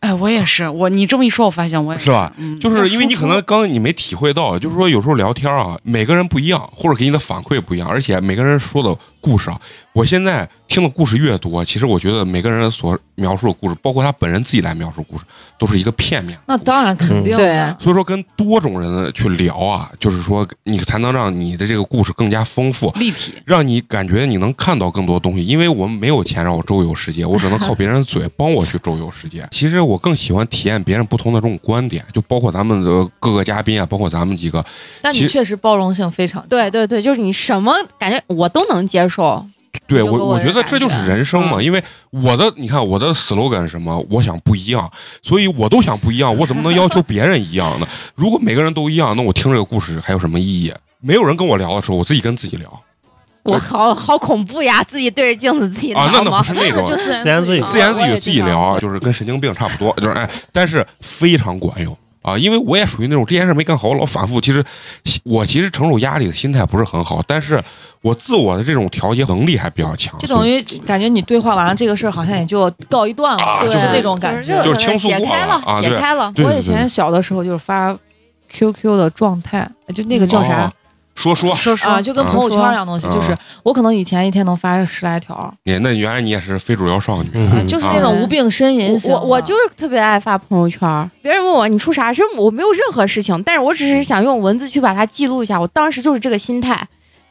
哎，我也是，我你这么一说，我发现我也是吧？嗯，就是因为你可能刚你没体会到，就是说有时候聊天啊，每个人不一样，或者给你的反馈不一样，而且每个人说的故事啊，我现在听的故事越多，其实我觉得每个人所描述的故事，包括他本人自己来描述故事，都是一个片面。那当。然肯嗯定啊的。所以说，跟多种人去聊啊，就是说，你才能让你的这个故事更加丰富，立体。让你感觉你能看到更多东西，因为我们没有钱让我周游世界，我只能靠别人的嘴帮我去周游世界。其实我更喜欢体验别人不同的这种观点，就包括咱们的各个嘉宾啊，包括咱们几个，但其你实确实包容性非常强 对，对对，就是你什么感觉我都能接受。对就我给我我觉的得感这就是觉人生嘛。嗯因为我的你看我的 slogan 是什么，我想不一样，所以我都想不一样，我怎么能要求别人一样呢？ 如果每个人都一样，那我听这个故事还有什么意义？没有人跟我聊的时候，我自己跟自己聊我好好恐怖呀！自己对着镜子自己啊，那挠那不吗？是那种。就自言自言自语语，自言自啊我语也自己经常聊，啊会就是跟神经病差不多，就是哎，但是非常管用啊！因为我也属于那种这件事没干好，我老反复。其实我其实承受压力的心态不是很好，但是我自我的这种调节能力还比较强，就等于于感觉你对话完了这个事儿，好像也就告一段啊了，对就那种感觉。就是倾诉解过开了啊了，解对开了。对我对以前对小的时候就是发 QQ 的状态，就那个叫啥哦说说说说啊，就跟朋友圈一样东西，嗯就是我可能以前一天能发十来条，啊你，那原来你也是非主流少女，啊嗯就是那种无病呻吟啊型我的。我就是特别爱发朋友圈儿，别人问我你出啥事，我没有任何事情，但是我只是想用文字去把它记录一下，我当时就是这个心态，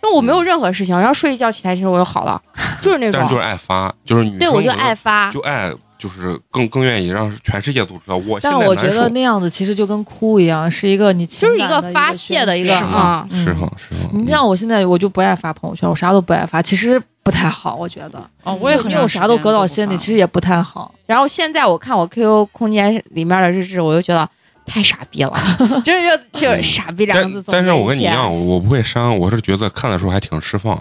因为我没有任何事情，然后睡一觉起来其实我就好了，就是那嗯但是就是种，爱发，就是女生对我就可能爱发，就爱就是更更愿意让全世界都知道我现在但是难我觉得受。那样子其实就跟哭一样，是一个你情就是一感个的发泄的一个宣泄啊，嗯是哈是哈，你像我现在我就不爱发朋友圈，我啥都不爱发，其实不太好，我觉得，哦，我也很因为我啥都搁到心里，其实也不太好。然后现在我看我 QQ 空间里面的日志，我就觉得太傻 逼了，就是就就是傻逼两个字但嗯但总结一切。是我跟你一啊样，我不会删，我是觉得看的时候还挺释放。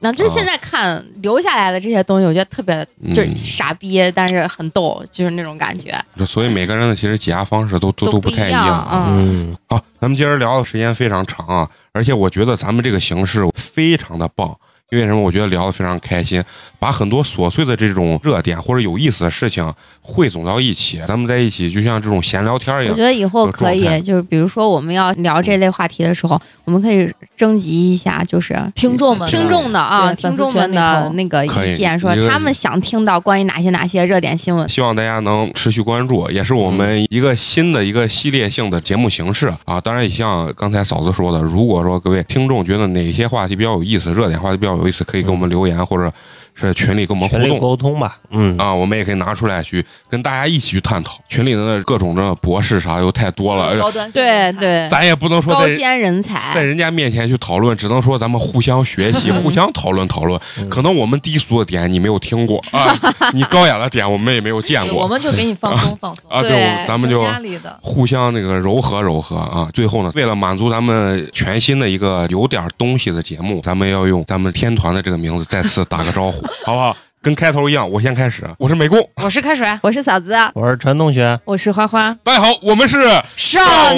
那就是现在看留下来的这些东西，我觉得特别嗯就是傻逼，但是很逗，就是那种感觉。这所以每个人的其实解压方式都都都都不太一样样啊。嗯，好，咱们今儿聊的时间非常长啊，而且我觉得咱们这个形式非常的棒。因为什么？我觉得聊得非常开心，把很多琐碎的这种热点或者有意思的事情汇总到一起，咱们在一起就像这种闲聊天一我样觉。得以后可有状态以，就是比如说我们要聊这类话题的时候，我们可以征集一下，就是嗯听众们，听众的啊，对听众们的那个可以意见，说一个他们想听到关于哪些哪些热点新闻。希望大家能持续关注，也是我嗯们一个新的一个系列性的节目形式啊。当然，也像刚才嫂子说的，如果说各位听众觉得哪些话题比较有意思，热点话题比较有意思，可以给我们留言，或者是群里跟我们互全力动。沟通吧，嗯，啊，我们也可以拿出来去跟大家一起去探讨。群里的各种的博士啥又太多了，哎高端对，对，咱也不能说高在人尖人在才，人家面前去讨论，只能说咱们互相学习，互相讨论讨论。嗯可能我们低俗的点你没有听过 啊，你高雅的点我们也没有见对我过们就给你放松放松， 啊。对，对我咱们就有压力的。互相那个柔和柔和啊。最后呢，为了满足咱们全新的一个有点东西的节目，咱们要用咱们天团的这个名字再次打个招呼，好不好？跟开头一样，我先开始，啊我是美工，我是开水，我是嫂子，我是陈同学，我是花花，大家好，我们是少好，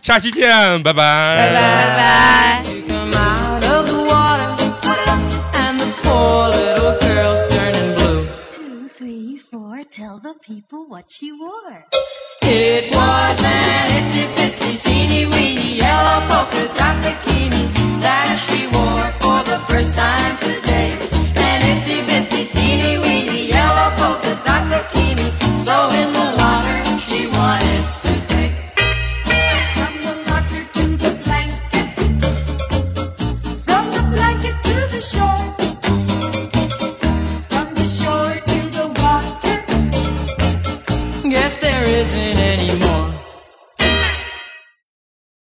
下期见，拜拜，拜拜拜拜。 You come out of the water, and the poor little girl's turning blue. Two, three, four, tell the people what you wore. It was